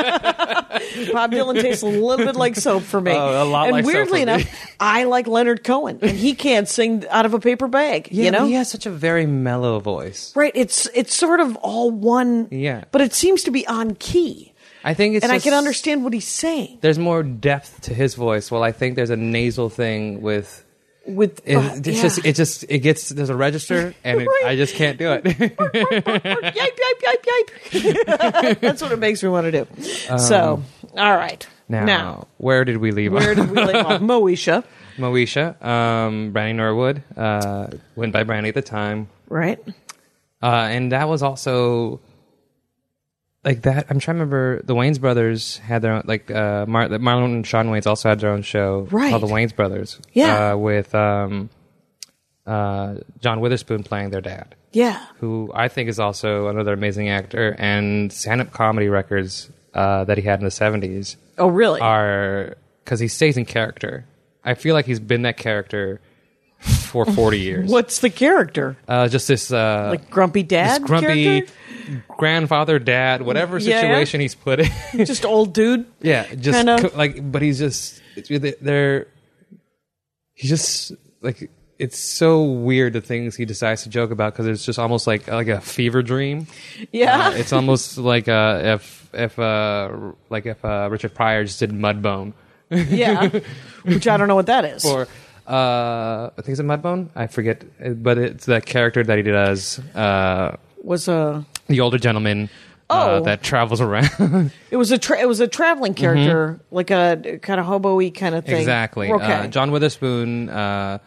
C: Bob Dylan tastes a little bit like soap for me.
D: Oh, a lot
C: and
D: like soap
C: weirdly
D: for me.
C: enough, I like Leonard Cohen, and he can't sing out of a paper bag. you know,
D: he has such a very mellow voice.
C: right? It's it's sort of all one.
D: Yeah.
C: but it seems to be on key.
D: I think it's
C: and
D: just-
C: I can understand what he's saying
D: There's more depth to his voice. Well, I think there's a nasal thing with.
C: with
D: It,
C: uh,
D: it's
C: yeah.
D: just it just it gets there's a register and it, I just can't do it.
C: yipe yipe yipe yipe. That's what it makes me want to do. so, all right.
D: Um, now, where did we leave?
C: where
D: off?
C: did we leave off? Moesha,
D: Moesha, um, Brandy Norwood uh, went by Brandy at the time.
C: right?
D: Uh, and that was also like that. I'm trying to remember the Wayne's brothers had their own, like uh, Mar- Marlon and Sean Wayne's also had their own show
C: Right.
D: called the Wayne's Brothers.
C: Yeah.
D: uh, with um, uh, John Witherspoon playing their dad,
C: Yeah.
D: who I think is also another amazing actor, and stand-up comedy records uh, that he had in the '70s
C: Oh, really?
D: are because he stays in character. I feel like he's been that character for 40 years.
C: What's the character?
D: Uh, just this uh,
C: Like grumpy dad?
D: this grumpy
C: character?
D: grandfather, dad, whatever
C: Yeah.
D: situation he's put in.
C: just old dude.
D: yeah, just
C: Kinda.
D: co- like, but he's just it's- they're. He's just like it's so weird the things he decides to joke about because it's just almost like like a fever dream.
C: Yeah.
D: Uh, it's almost like uh, if if uh, like if uh, Richard Pryor just did Mudbone
C: yeah. Which I don't know what that is.
D: or. Uh, I think it's a Mudbone. I forget, uh, but it's that character that he does, uh,
C: was a
D: the older gentleman uh,
C: Oh.
D: that travels around.
C: it was a tra- it was a traveling
D: Mm-hmm.
C: character, like a kind of hobo-y kind of thing.
D: Exactly.
C: Okay.
D: Uh, John Witherspoon. Uh,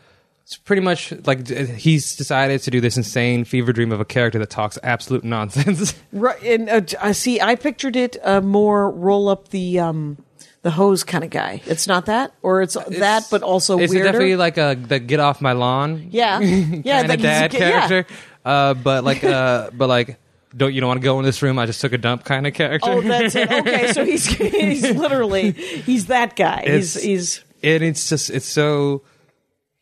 D: it's pretty much like d- he's decided to do this insane fever dream of a character that talks absolute nonsense.
C: Right, and uh, I see. I pictured it uh, more roll up the um, the hose kind of guy. It's not that, or it's, that, but also
D: Uh, it's
C: weirder.
D: definitely like a the get off my lawn.
C: yeah, yeah,
D: kind
C: that
D: of
C: he's-
D: dad
C: yeah.
D: character. Uh, but like, uh, but like, don't you don't want to go in this room? I just took a dump kind of character.
C: Oh, that's it. Okay, so he's he's literally he's that guy. He's
D: It's-
C: he's
D: and it's just it's so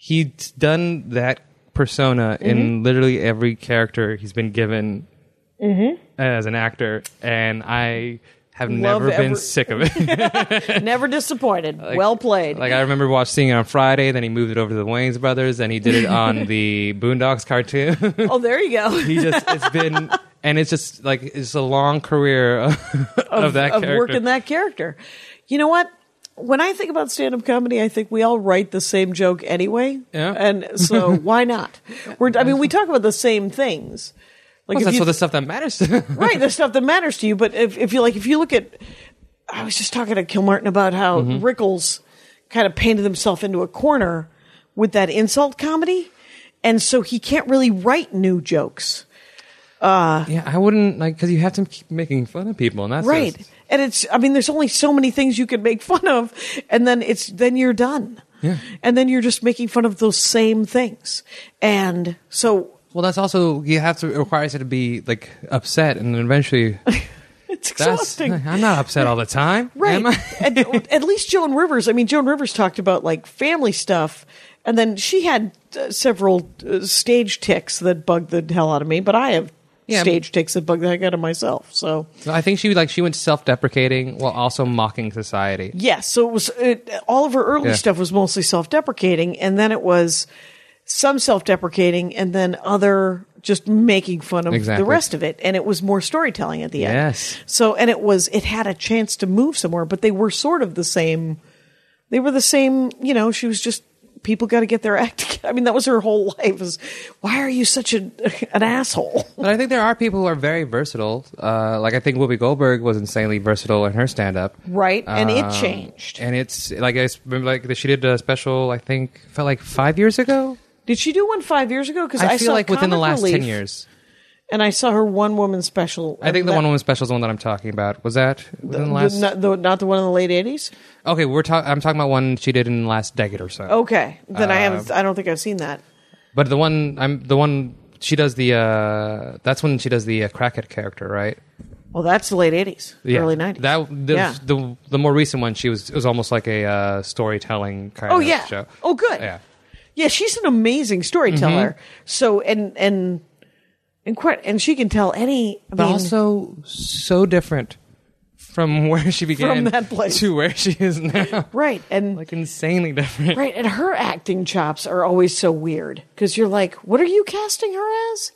D: he's done that persona
C: Mm-hmm.
D: in literally every character he's been given as an actor and i have
C: Mm-hmm. Love
D: never been
C: every-
D: sick of it
C: never disappointed. well played.
D: like i remember watching seeing it on friday then he moved it over to the waynes brothers then he did it on the boondocks cartoon
C: oh, there you go.
D: he just it's been and it's just like it's a long career of, that
C: of
D: character
C: working that character. You know what? When I think about stand-up comedy, I think we all write the same joke anyway,
D: Yeah.
C: and so why not? We're, I mean, we talk about the same things. Like
D: Well,
C: if
D: that's
C: you- Uh.
D: all the stuff that matters. to
C: right the stuff that matters to you but if, if you like if you look at i was just talking to kilmartin about how
D: Mm-hmm.
C: rickles kind of painted himself into a corner with that insult comedy and so he can't really write new jokes
D: yeah, I wouldn't like because you have to keep making fun of people, and that's
C: right
D: just-
C: and it's i mean there's only so many things you can make fun of and then it's then you're done yeah. and then you're just making fun of those same things and so
D: well, that's also you have to it requires you to be like upset, and then eventually
C: it's
D: that's
C: exhausting
D: I'm not upset all the time,
C: Right.
D: Am I?
C: at, at least Joan Rivers. I mean, Joan Rivers talked about like family stuff, and then she had uh, several uh, stage ticks that bugged the hell out of me. But I have
D: Yeah,
C: stage ticks that bug the heck out of myself. So
D: So I think she like she went self-deprecating while also mocking society.
C: yes, so it was it, all of her early
D: Yeah.
C: stuff was mostly self-deprecating, and then it was some self-deprecating, and then other just making fun of
D: Exactly.
C: the rest of it, and it was more storytelling at the end.
D: Yes.
C: So and it was it had a chance to move somewhere, but they were sort of the same. They were the same. You know, she was just people got to get their act. together. I mean, that was her whole life. Is why are you such a an asshole?
D: But I think there are people who are very versatile. Uh, like I think Whoopi Goldberg was insanely versatile in her stand-up.
C: Right, and it
D: Um,
C: changed.
D: And it's like I s- remember like that she did a special. I think felt like five years ago.
C: Did she do one five years ago? Because
D: I,
C: I,
D: feel
C: saw
D: like within the
C: Comic
D: last ten
C: Relief,
D: years.
C: and I saw her one woman special.
D: I think the
C: That-
D: one woman special is the one that I'm talking about. Was that within the, last?
C: not, the, not the one in the late eighties.
D: okay, we're talking. I'm talking about one she did in the last decade or so.
C: Oh, Okay, then I
D: Uh,
C: haven't. I don't think I've seen that.
D: But the one I'm the one she does the uh that's when she does the uh, crackhead character, right?
C: Well, that's the late eighties,
D: Yeah.
C: early nineties.
D: That the,
C: yeah.
D: the the more recent one she was it was almost like a uh, storytelling kind
C: Oh,
D: of
C: yeah.
D: show.
C: Oh, good.
D: Yeah.
C: Yeah, she's an amazing storyteller.
D: Mm-hmm.
C: So and and and quite and she can tell any. I
D: But
C: mean,
D: also so different from where she began
C: that place.
D: to where she is now.
C: right and
D: Like insanely different.
C: right and her acting chops are always so weird because you're like, what are you casting her as?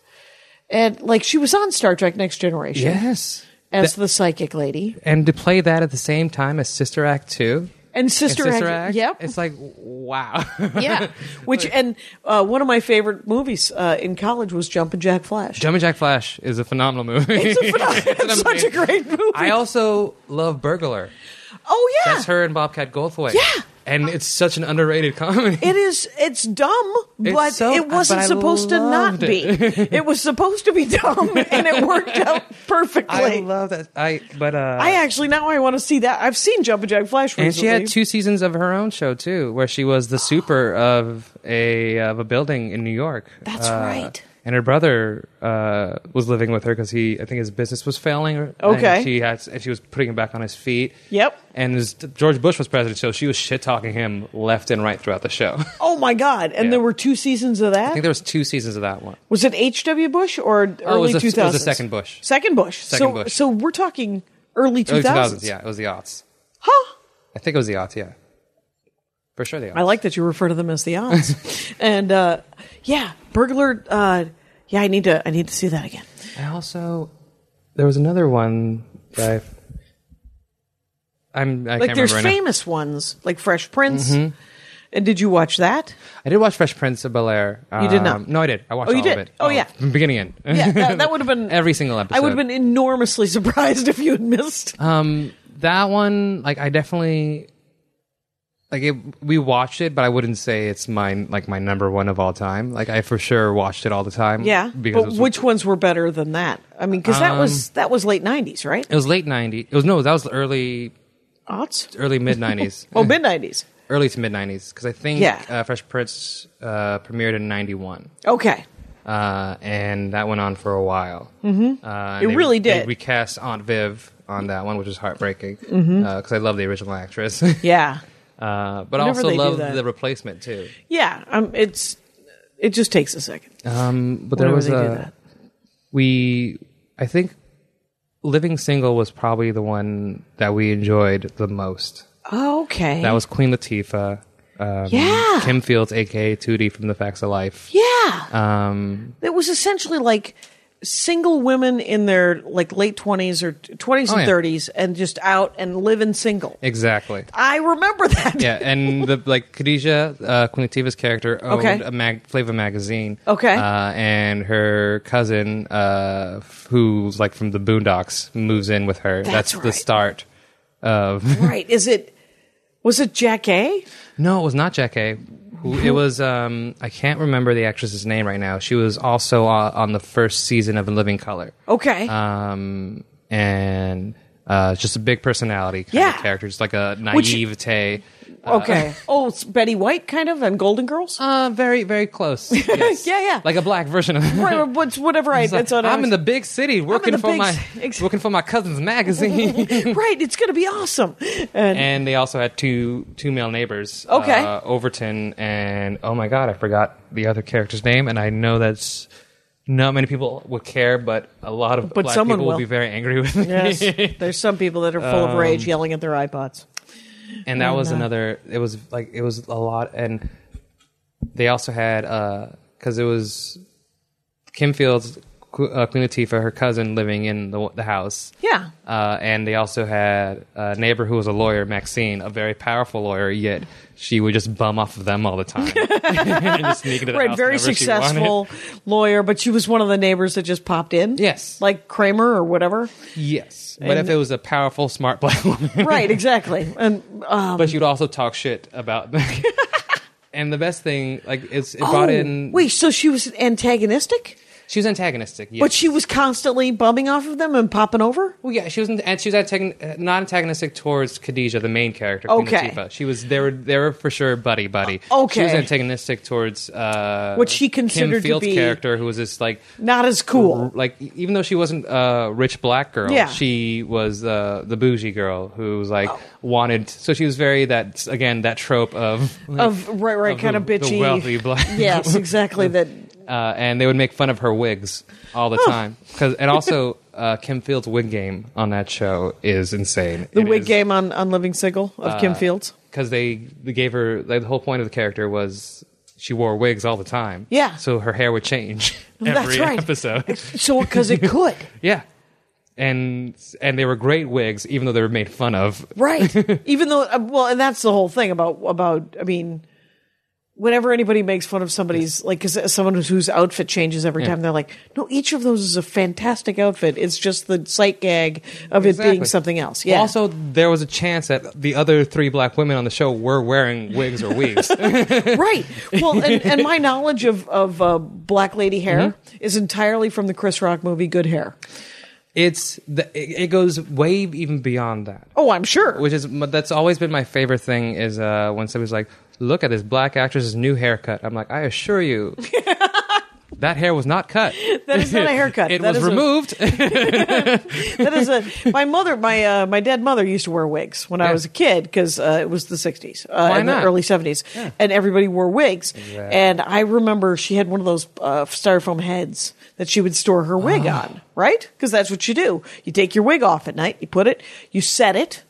C: And like she was on Star Trek: Next Generation
D: Yes.
C: as
D: That-
C: the psychic lady
D: and to play that at the same time as Sister Act 2.
C: and Sister,
D: Sister
C: Act.
D: Act.
C: Yep.
D: It's like wow.
C: yeah, which and uh, one of my favorite movies uh, in college was Jumpin' Jack Flash.
D: Jumpin' Jack Flash is a phenomenal movie.
C: it's a phenomenal,
D: It's an
C: it's such a
D: amazing-
C: great movie.
D: I also love Burglar.
C: oh yeah,
D: That's her and Bobcat Goldthwait.
C: Yeah.
D: And it's such an underrated comedy.
C: It is. It's dumb,
D: It's
C: but
D: so-
C: it wasn't
D: but I
C: supposed to not
D: loved
C: be. it was supposed to be dumb, and it worked out perfectly.
D: I
C: I,
D: love that. I but uh
C: actually now I want to see that. I've seen Jumpin' Jack Flash recently.
D: and she had two seasons of her own show too, where she was the super of a of a building in New York.
C: That's
D: Uh,
C: right.
D: And her brother uh, was living with her because he, I think, his business was failing. or-
C: Okay.
D: and she had, and she was putting him back on his feet.
C: Yep.
D: And his, George Bush was president, so she was shit talking him left and right throughout the show.
C: Oh my god! And
D: Yeah.
C: there were two seasons of
D: I
C: that.
D: think there was two seasons of that one.
C: was it H. W. Bush or
D: was
C: early
D: the- it
C: two
D: was the
C: thousands?
D: second Bush.
C: Second Bush.
D: Second
C: so,
D: Bush.
C: so we're talking early two
D: Early 2000s.
C: thousands.
D: Yeah, it was the aughts.
C: Huh.
D: I think it was the aughts. Yeah, for sure the aughts.
C: I like that you refer to them as the odds. and uh, yeah, burglar. Uh, yeah, I need to. I need to see that again.
D: I also there was another one that I, I'm I
C: like
D: can't
C: there's
D: remember. right now.
C: famous ones like Fresh Prince. And did you watch that?
D: I did watch Fresh Prince of Bel Air.
C: You did not.
D: No, I did. I watched.
C: Oh, you
D: all
C: did?
D: Of it.
C: Oh, yeah.
D: from beginning to end.
C: Yeah, that, that would have been
D: every single episode.
C: I would have been enormously surprised if you had missed.
D: Um, that one, like I definitely. Like it, we watched it, but I wouldn't say it's my like my number one of all time. Like I for sure watched it all the time.
C: yeah,
D: because it
C: but
D: was,
C: which ones were better than that? I mean, because that was that was late '90s, right?
D: it was late '90s. It was no, that was early
C: Aughts?
D: early mid '90s.
C: Oh, mid '90s.
D: early to mid '90s because I think
C: Yeah.
D: uh, Fresh Prince uh, premiered in '91,
C: Okay,
D: uh, and that went on for a while. Mm-hmm. Uh, and
C: It
D: they-
C: really
D: they
C: did.
D: recast Aunt Viv on that one, which was heartbreaking because
C: Mm-hmm.
D: I love the original actress,
C: yeah,
D: uh, but I
C: Whenever
D: also
C: they do
D: love
C: that.
D: the replacement too.
C: yeah. Um, it's it just takes a second.
D: Um, but there
C: Whenever
D: was
C: they do
D: a
C: that,
D: we, I think, Living Single was probably the one that we enjoyed the most.
C: oh, okay,
D: That was Queen Latifah. Um,
C: Yeah.
D: Kim Fields, aka 2D from The Facts of Life.
C: yeah.
D: Um,
C: it was essentially like single women in their like late 20s or 20s
D: Oh,
C: and
D: yeah.
C: 30s and just out and living single.
D: Exactly.
C: I remember that.
D: Yeah, and the like Khadija uh, Quintiva's character owned
C: Okay.
D: a mag- Flavor magazine.
C: Okay.
D: uh, and her cousin, uh, f- who's like from the Boondocks, moves in with her.
C: That's
D: That's, the
C: right.
D: start of.
C: right. Is it was it Jack A?
D: no, it was not Jack A. Who, it was. Um, I can't remember the actress's name right now. She was also uh, on the first season of In Living Color.
C: Okay.
D: um, and uh, just a big personality kind
C: Yeah.
D: of character, just like a
C: Which-
D: naivete.
C: okay. oh, it's Betty White kind of and Golden Girls?
D: Uh, very, very close. Yes.
C: Yeah, yeah.
D: Like a black version of.
C: Right, or what's whatever I
D: It's like,
C: that's what I
D: I'm
C: was-
D: in the big city working
C: the
D: for
C: big
D: my
C: ci- ex-
D: working for my cousin's magazine.
C: Right, it's going to be awesome. And,
D: and they also had two two male neighbors.
C: Okay.
D: uh, Overton and oh my god, I forgot the other character's name, and I know that's. Not many people would care, but a lot of
C: But
D: black
C: someone
D: people will.
C: will.
D: be very angry with me.
C: yes, there's some people that are full of
D: Um,
C: rage yelling at their iPods.
D: and that was
C: uh,
D: another it was like it was a lot and they also had uh because it was kim fields Qu- uh, queen latifah her cousin living in the, the house
C: Yeah.
D: uh, and they also had a neighbor who was a lawyer, Maxine, a very powerful lawyer. Yet she would just bum off of them all the time, and just sneak into the
C: Right,
D: house
C: very
D: whenever she wanted.
C: successful lawyer, but she was one of the neighbors that just popped in.
D: Yes.
C: Like Kramer or whatever.
D: Yes, but if
C: And-
D: it was a powerful, smart black woman,
C: right, exactly. And um,
D: but she would also talk shit about. and the best thing, like, it's it brought
C: oh,
D: in.
C: Wait, so she was antagonistic,
D: she was antagonistic. Yes.
C: but she was constantly bumming off of them and popping over?
D: Well, yeah, she was, and she was antagon- not antagonistic towards Khadija, the main character. Queen
C: Okay. Uh,
D: Latifah. she was they were they were for sure buddy buddy.
C: Okay.
D: she was antagonistic towards uh,
C: What she
D: Kim
C: considered to
D: Fields'
C: be-
D: character, who was this like
C: Not as cool.
D: like e, even though she wasn't a rich black girl,
C: Yeah. Oh.
D: she was uh, the bougie girl who was like wanted. So she was very that again that trope of
C: Of right, right, kind of
D: the- the
C: bitchy.
D: wealthy black.
C: Yes, exactly. That
D: uh, and they would make fun of her wigs all the time. 'Cause- and also uh, Kim Fields' wig game on that show is Uh, insane.
C: the wig game on, on Living Single of Kim Fields.
D: because they, they gave her like, the whole point of the character was she wore wigs all the time.
C: Yeah.
D: so her hair would change every
C: That's right.
D: episode.
C: So because it could,
D: yeah. And and they were great wigs, even though they were made fun of.
C: right? Even though, uh, well, and that's the whole thing about about. I mean, whenever anybody makes fun of somebody's like, because someone whose, whose outfit changes every time, they're like, no, each of those is a fantastic outfit. It's just the sight gag of it being
D: Exactly.
C: something else. Yeah.
D: Also, there was a chance that the other three black women on the show were wearing wigs or weaves.
C: right. Well, and, and my knowledge of of uh, black lady hair
D: Mm-hmm.
C: is entirely from the Chris Rock movie Good Hair.
D: it's the, it, it goes way even beyond that.
C: Oh, I'm sure.
D: which is my- that's always been my favorite thing is uh, when somebody's like, "Look at this black actress's new haircut." I'm like, I assure you, that hair was not cut.
C: that is not a haircut.
D: It
C: That
D: was
C: is a-
D: removed.
C: that is a my mother my uh, my dead mother used to wear wigs when I
D: Yeah.
C: was a kid because uh, it was the sixties uh,
D: Why
C: and the
D: not?
C: early seventies and everybody wore wigs and I remember she had one of those uh, styrofoam heads that she would store her
D: Oh.
C: wig on right because that's what you do you take your wig off at night you put it you set it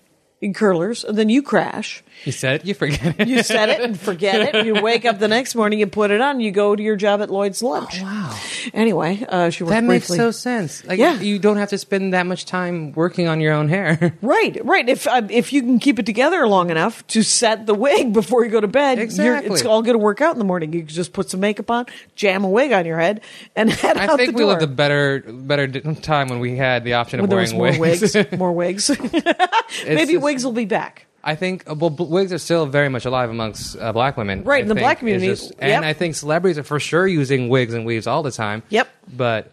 C: in curlers and then you crash
D: you said it, you forget it.
C: you set it and forget it you wake up the next morning you put it on you go to your job at Lloyd's lunch wow anyway uh, she worked
D: Oh, That makes
C: briefly.
D: so sense. Like,
C: Yeah.
D: you don't have to spend that much time working on your own hair.
C: Right, right. If um, if you can keep it together long enough to set the wig before you go to bed, you're,
D: Exactly.
C: it's all going to work out in the morning. You can just put some makeup on, jam a wig on your head, and head
D: I
C: out
D: think
C: the
D: we
C: door.
D: lived a better better d- time when we had the option of
C: When there was
D: wearing
C: more
D: wigs.
C: wigs, more wigs. Maybe
D: just-
C: wigs will be back.
D: I think uh, well, b- wigs are still very much alive amongst uh, black women,
C: Right,
D: I
C: in the
D: think.
C: black
D: It's
C: community, yep.
D: and I think celebrities are for sure using wigs and weaves all the time.
C: Yep.
D: but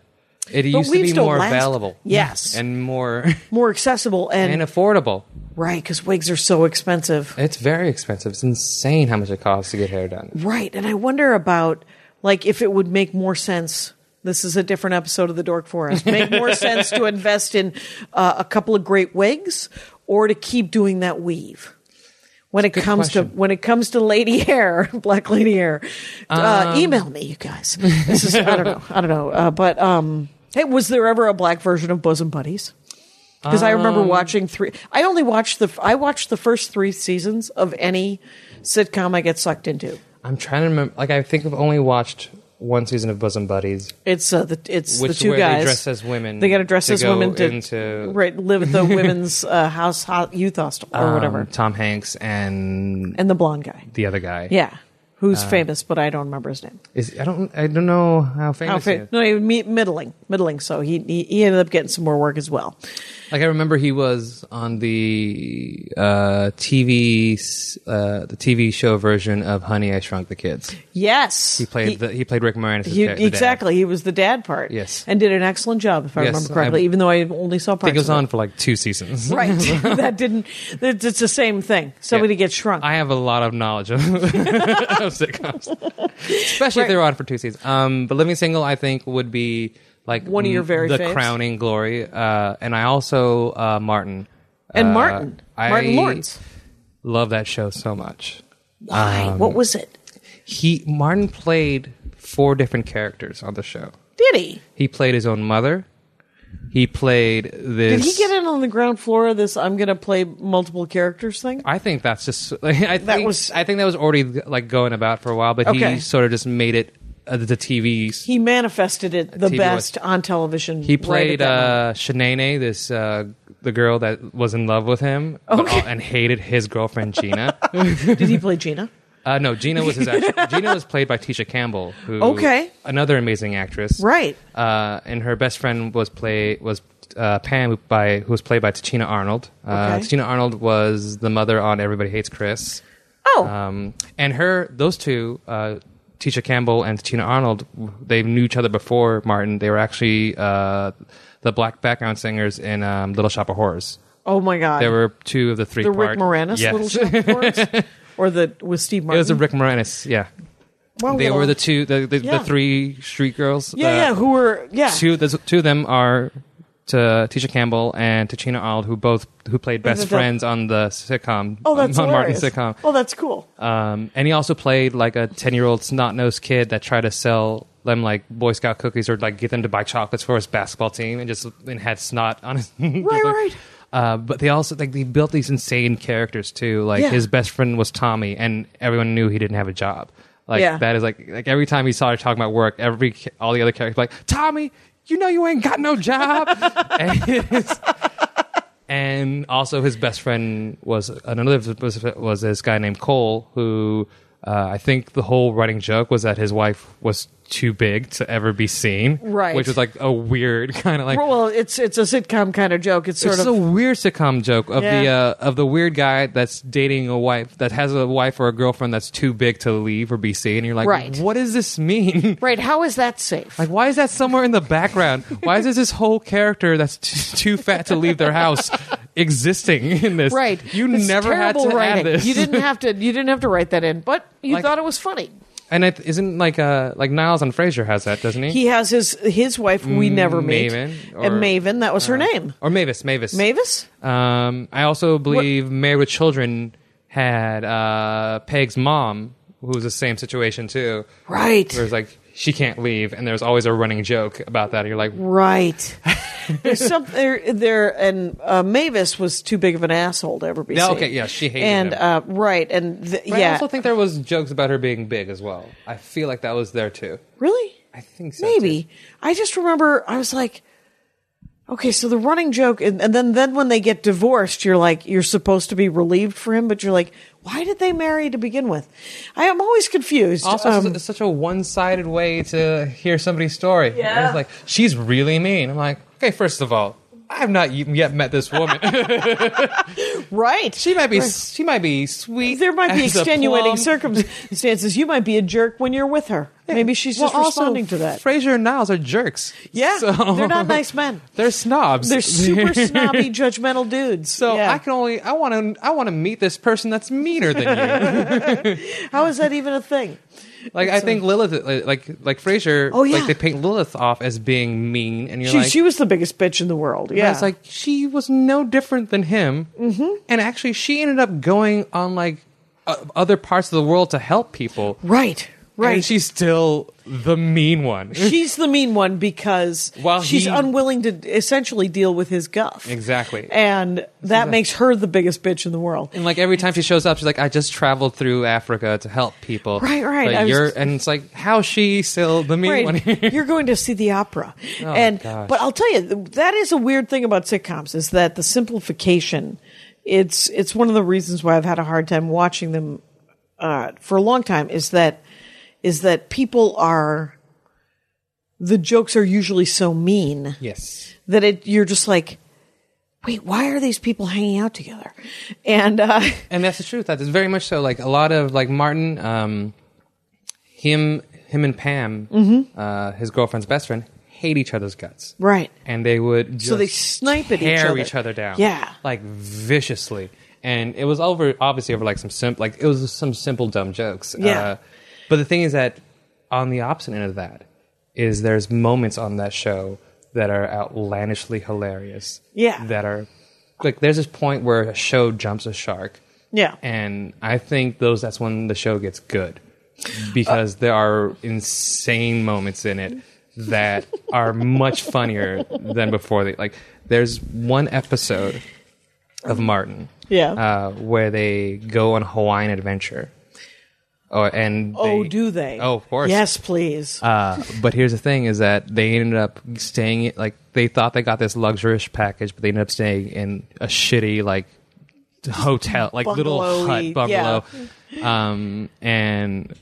D: it used to
C: weaves
D: be
C: don't
D: more
C: last-
D: available,
C: Yes.
D: and more
C: More accessible and,
D: and affordable.
C: right because wigs are so expensive.
D: It's very expensive. It's insane how much it costs to get hair done.
C: Right. And I wonder about like if it would make more sense. This is a different episode of the Dork Forest. Make more sense to invest in uh, a couple of great wigs or to keep doing that weave. When it
D: good
C: comes to
D: question.
C: when it comes to lady hair, black lady hair,
D: Um.
C: uh, email me, you guys. This is I don't know, I don't know. Uh, but um, hey, was there ever a black version of Bosom Buddies? because I
D: Um.
C: remember watching three. I only watched the I watched the first three seasons of any sitcom I get sucked into.
D: I'm trying to remember. Like I think I've only watched one season of Bosom Buddies,
C: It's uh, the it's
D: which
C: the two
D: where
C: guys.
D: they dress as women.
C: They got to dress as
D: go
C: women to
D: into
C: right live at the women's uh, house ho- youth hostel or
D: um,
C: whatever,
D: Tom Hanks and
C: and the blonde guy.
D: the other guy.
C: Yeah,
D: Uh,
C: who's famous, but I don't remember his name.
D: Is, I don't I don't know how famous
C: How
D: he
C: fa-
D: is.
C: no, he was me- middling, middling. So he, he he ended up getting some more work as well.
D: Like I remember he was on the uh, TV s- uh, the TV show version of Honey I Shrunk the Kids.
C: Yes,
D: He played the, he played Rick Moranis.
C: he- exactly. He was the dad part.
D: Yes.
C: and did an excellent job, if I
D: Yes,
C: remember correctly.
D: I-
C: even though I only saw
D: I
C: parts.
D: think it was
C: of
D: on for like two seasons.
C: Right, that didn't. that- It's the same thing. Somebody
D: Yeah.
C: gets shrunk.
D: I have a lot of knowledge of, of sitcoms, especially if they were on for two seasons. Um, but Living Single, I think, would be like
C: One of your
D: mm,
C: very
D: the
C: faves.
D: crowning glory. Uh, and I also uh, Martin
C: and
D: Uh,
C: Martin, Martin
D: I
C: Lawrence.
D: Love that show so much.
C: Why?
D: um,
C: what was it?
D: He Martin played four different characters on the show.
C: Did he?
D: He played his own mother. He played this.
C: Did he get in on the ground floor of this? I'm going to play multiple characters thing.
D: I think that's just. Like, I think,
C: That was-
D: I think that was already like going about for a while, but
C: Okay.
D: he sort of just made it uh, the TV.
C: He manifested it the
D: TV
C: best
D: was-
C: on television.
D: He played
C: right at that moment.
D: uh, Shanae, this uh, the girl that was in love with him but
C: Okay.
D: all- and hated his girlfriend Gina.
C: Did he play Gina?
D: uh, no, Gina was his actual, Gina was played by Tisha Campbell, who
C: Okay.
D: another amazing actress,
C: Right.
D: Uh, and her best friend was play was uh, Pam, who by who was played by Tina Arnold. Uh,
C: Okay.
D: Tina Arnold was the mother on Everybody Hates Chris.
C: Oh,
D: Um, and her, those two, uh, Tisha Campbell and Tina Arnold, w- they knew each other before Martin. They were actually uh, the black background singers in um, Little Shop of Horrors.
C: oh my God!
D: They were two of the three.
C: the Rick
D: part-
C: Moranis
D: Yes.
C: little shop of horrors? or the with Steve
D: it
C: Martin.
D: was the Rick Moranis. Yeah,
C: Well,
D: they
C: well,
D: were the two, the, the,
C: Yeah.
D: the three street girls.
C: yeah,
D: uh,
C: yeah. Who were yeah?
D: Two, the, two of them are to Tisha Campbell and to Tina Arnold, who both who played best
C: the-
D: friends on the sitcom.
C: oh, that's
D: on
C: hilarious.
D: Martin's sitcom.
C: Oh, that's cool.
D: Um, and he also played like a 10 year old snot nosed kid that tried to sell them like Boy Scout cookies or like get them to buy chocolates for his basketball team and just and had snot on his. right,
C: right.
D: Uh, but they also like they built these insane characters too. Like
C: Yeah.
D: his best friend was Tommy, and everyone knew he didn't have a job. Like
C: Yeah.
D: that is like like every time he saw her talking about work, every all the other characters were like Tommy, you know you ain't got no job. and, it's- and also his best friend was another was, was this guy named Cole who uh, I think the whole running joke was that his wife was too big to ever be seen,
C: Right.
D: Which was like a weird kind of like
C: well, it's it's a sitcom kind of joke. It's sort
D: it's
C: of
D: a weird sitcom joke of the
C: Yeah.
D: uh, of the weird guy that's dating a wife that has a wife or a girlfriend that's too big to leave or be seen. And you're like,
C: Right.
D: what does this mean?
C: right. How is that safe?
D: Like, why is that somewhere in the background? Why is this this whole character that's t- too fat to leave their house existing in this?
E: Right.
D: You
E: It's
D: never had to
E: terrible
D: add
E: writing.
D: this.
E: You didn't have to. You didn't have to write that in, but you
D: Like-
E: thought it was funny.
D: And it isn't like uh like Niles on Frasier has that, doesn't he?
C: he has his his wife we never meet
D: Mm, Maven, or- uh,
C: and Maven. That was her name.
D: or Mavis, Mavis,
C: Mavis.
D: Um, I also believe Married with Children had uh, Peg's mom, who was the same situation too.
C: Right.
D: Where it's like she can't leave, and there's always a running joke about that. You're like,
C: Right. There's something there, there and uh, Mavis was too big of an asshole to ever be
D: Yeah,
C: seen.
D: okay, yeah, she hated
C: And
D: him.
C: uh, right, and th-
D: But I
C: yeah,
D: also think there was jokes about her being big as well. I feel like that was there too.
C: really,
D: I think so.
C: maybe. I just remember I was like, okay, so the running joke, and, and then then when they get divorced, you're like, you're supposed to be relieved for him, but you're like, why did they marry to begin with? I am always confused.
D: Also,
C: Um,
D: it's such a one-sided way to hear somebody's story. Yeah. It's like she's really mean. I'm like, okay, first of all, I have not yet met this woman.
C: right?
D: she might be, she might be sweet.
C: there might be
D: as a
C: extenuating
D: plum.
C: circumstances. You might be a jerk when you're with her. Maybe she's just responding to that.
D: Fraser and Niles are jerks.
C: Yeah,
D: So-
C: they're not nice men.
D: They're snobs.
C: They're super snobby, judgmental dudes.
D: so
C: Yeah.
D: I can only I want to I want to meet this person that's meaner than
C: How is that even a thing?
D: you. Like I think Lilith, like like Frasier,
C: Oh, yeah.
D: like they paint Lilith off as being mean, and you're
C: She,
D: like,
C: she was the biggest bitch in the world. Yeah,
D: but it's like she was no different than him, mm-hmm. and actually she ended up going on like uh, other parts of the world to help people.
C: right, Right.
D: And she's still the mean one.
C: she's the mean one because
D: While
C: she's
D: he-
C: unwilling to essentially deal with his guff.
D: Exactly.
C: And that makes her the biggest bitch in the world.
D: And like every time she shows up, she's like, "I just traveled through Africa to help people."
C: Right, right.
D: But
C: I was-
D: you're, and it's like, how's she still the mean one? here?
C: You're going to see the opera. and
D: gosh.
C: but I'll tell you th- that is a weird thing about sitcoms is that the simplification it's it's one of the reasons why I've had a hard time watching them uh, for a long time is that is that people are the jokes are usually so mean
D: yes.
C: that it you're just like wait why are these people hanging out together and uh
D: and that's the truth. That is very much so. Like a lot of like Martin, um, him, him and Pam, uh, his girlfriend's best friend, hate each other's guts,
C: Mm-hmm. right
D: and they would just
C: So they snipe at each
D: tear
C: other.
D: each other down,
C: Yeah.
D: like viciously. And it was over, obviously over like some simple, like it was some simple dumb jokes. Uh,
C: Yeah.
D: but the thing is that on the opposite end of that is there's moments on that show that are outlandishly hilarious.
C: Yeah.
D: that are like there's this point where a show jumps a shark
C: yeah
D: and I think those that's when the show gets good because there are insane moments in it that are much funnier than before. They, like there's one episode of Martin,
C: Yeah.
D: uh, where they go on a Hawaiian adventure. Oh, and
C: oh do they
D: Oh, of course.
C: yes please
D: uh, but here's the thing: is that they ended up staying like they thought they got this luxurious package, but they ended up staying in a shitty like hotel, like little
C: Bungalow-y,
D: hut bungalow. Um, and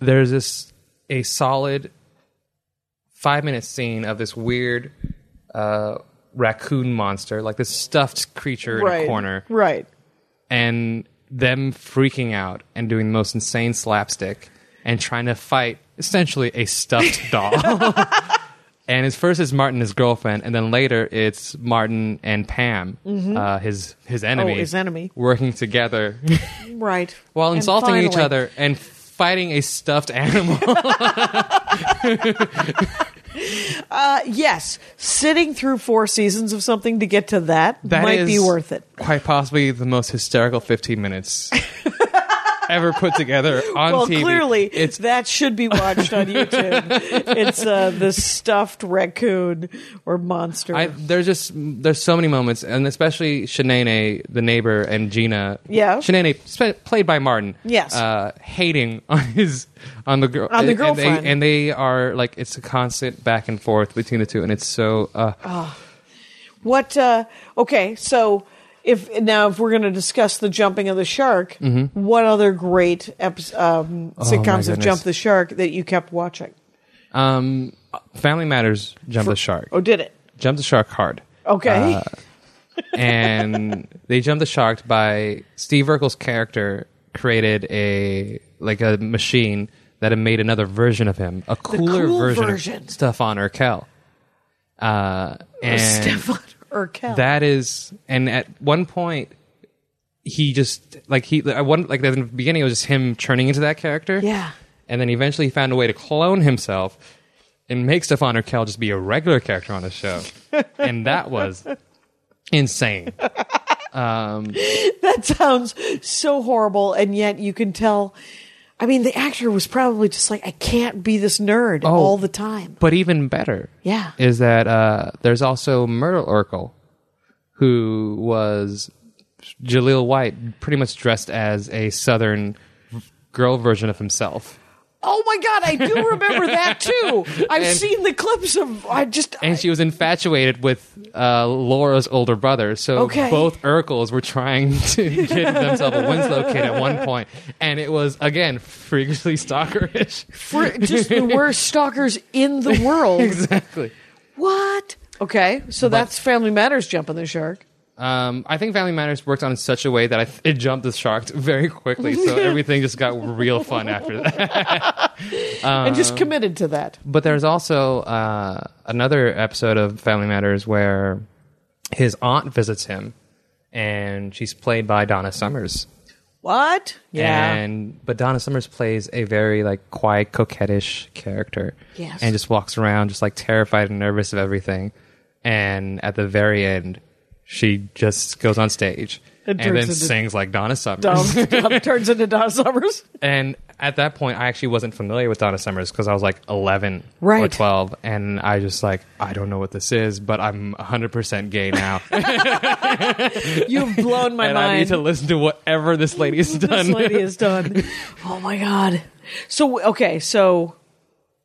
D: there's this a solid five minute scene of this weird uh, raccoon monster, like this stuffed creature in
C: right
D: a corner,
C: right
D: and them freaking out and doing the most insane slapstick and trying to fight essentially a stuffed doll. and it's first it's Martin his girlfriend, and then later it's Martin and Pam, uh, his his enemy,
C: Mm-hmm. Oh, his enemy.
D: working together
C: right
D: while
C: And
D: insulting each
C: finally-
D: other and fighting a stuffed animal.
C: Yes, sitting through four seasons of something to get to that,
D: That
C: might be
D: is
C: worth it.
D: Quite possibly the most hysterical 15 minutes. Ever put together on
C: Well,
D: TV.
C: clearly,
D: it's
C: that should be watched on YouTube. it's uh, the stuffed raccoon or monster.
D: I, there's just there's so many moments, and especially Shanae, the neighbor, and Gina.
C: Yeah.
D: Shanae, sp- played by Martin.
C: Yes.
D: uh, hating on his on the girl
C: On the
D: and they-
C: girlfriend.
D: and they, are like it's a constant back and forth between the two, and it's so uh,
C: Oh. what? Uh, okay, so if now if we're going to discuss the jumping of the shark, what other great epi- um, sitcoms have
D: Mm-hmm. Oh, goodness.
C: jumped the shark that you kept watching?
D: um, Family Matters jump the shark,
C: Oh, did it?
D: jump the shark hard,
C: Okay,
D: Uh, and they jumped the shark by Steve Urkel's character created a like a machine that had made another version of him, a cooler
C: cool
D: version,
C: version. Oh,
D: of Stefan Urkel. Uh, and
C: Stefan Urkel.
D: that is, and at one point, he just like he at one like in the beginning it was just him turning into that character.
C: Yeah.
D: and then eventually he found a way to clone himself and make Stefan Urkel just be a regular character on the show, and that was insane.
C: that sounds so horrible and yet you can tell i mean the actor was probably just like i can't be this nerd
D: Oh.
C: all the time
D: But even better,
C: Yeah.
D: is that uh, there's also Myrtle Urkel, who was Jaleel White, pretty much dressed as a Southern girl version of himself,
C: oh my god i do remember that too i've
D: And-
C: seen the clips of i just
D: and she was infatuated with uh, Laura's older brother. So
C: Okay.
D: both Urkels were trying to get themselves a Winslow kid at one point, and it was again freakishly stalkerish.
C: we're just the worst stalkers in the world
D: exactly.
C: what okay so that's family matters jumping the shark
D: Um, I think Family Matters worked on it in such a way that I th- it jumped the shark very quickly, so everything just got real fun after that.
C: and
D: Um,
C: just committed to that
D: But there's also uh, another episode of Family Matters where his aunt visits him, and she's played by Donna Summers.
C: what yeah
D: And but Donna Summers plays a very like quiet, coquettish character.
C: Yes.
D: And just walks around just like terrified and nervous of everything. And at the very end, she just goes on stage
E: It
D: and
E: turns
D: then
E: into-
D: sings like Donna Summers.
E: Dom turns into dinosaurs.
D: And at that point, I actually wasn't familiar with Donna Summers because I was like 11 or
C: Right.
D: 12. And I just like, I don't know what this is, but I'm 100% gay now. and
E: You've blown my mind.
D: I need to listen to whatever this lady has done.
E: This lady is done.
C: Oh my god. So okay, so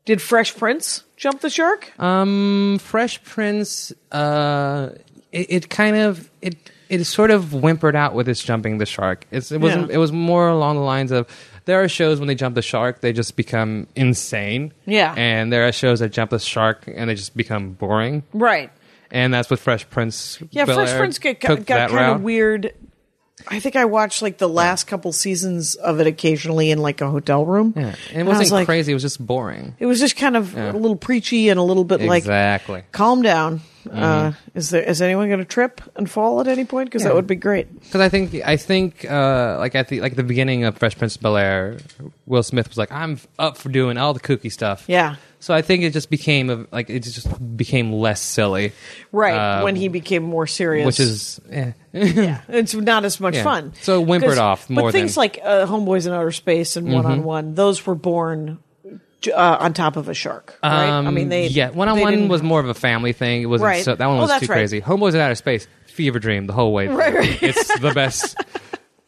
C: did Fresh Prince jump the shark?
D: Um, Fresh Prince, uh, it, it kind of it it sort of whimpered out with its jumping the shark. It's, it wasn't.
C: Yeah.
D: It was more along the lines of there are shows when they jump the shark, they just become insane.
C: Yeah.
D: and there are shows that jump the shark and they just become boring.
C: right.
D: And that's what Fresh Prince.
C: Yeah,
D: Bel-Air
C: Fresh Prince got,
D: took
C: got, got
D: that
C: kind
D: route.
C: of weird. I think I watched like the last couple seasons of it occasionally in like a hotel room.
D: Yeah, and
C: I
D: it
C: was
D: wasn't
C: like-
D: crazy. It was just boring.
C: It was just kind of a little preachy and a little bit like
D: exactly.
C: calm down.
D: Mm-hmm.
C: Uh, is there is anyone going to trip and fall at any point? Because that would be great.
D: Because I think I think uh, like at the like the beginning of Fresh Prince of Bel Air, Will Smith was like, "I'm up for doing all the kooky stuff."
C: Yeah.
D: So I think it just became a, like it just became less silly,
C: Right
D: Uh,
C: when he became more serious,
D: Which is eh.
C: yeah, it's not as much
D: Yeah.
C: fun.
D: So it whimpered
C: 'Cause-
D: off more
C: But things
D: than- Mm-hmm.
C: like uh, Homeboys in Outer Space and One on One, those were born j- uh, on top of a shark. Right? I mean, they
D: Um, yeah. One on
C: they
D: one
C: didn't-
D: was more of a family thing. It wasn't
C: Right.
D: so, that one
C: Oh,
D: was
C: that's
D: too
C: right.
D: crazy. Homeboys in Outer Space, Fever Dream, the whole way. through.
C: Right, right.
D: It's the best.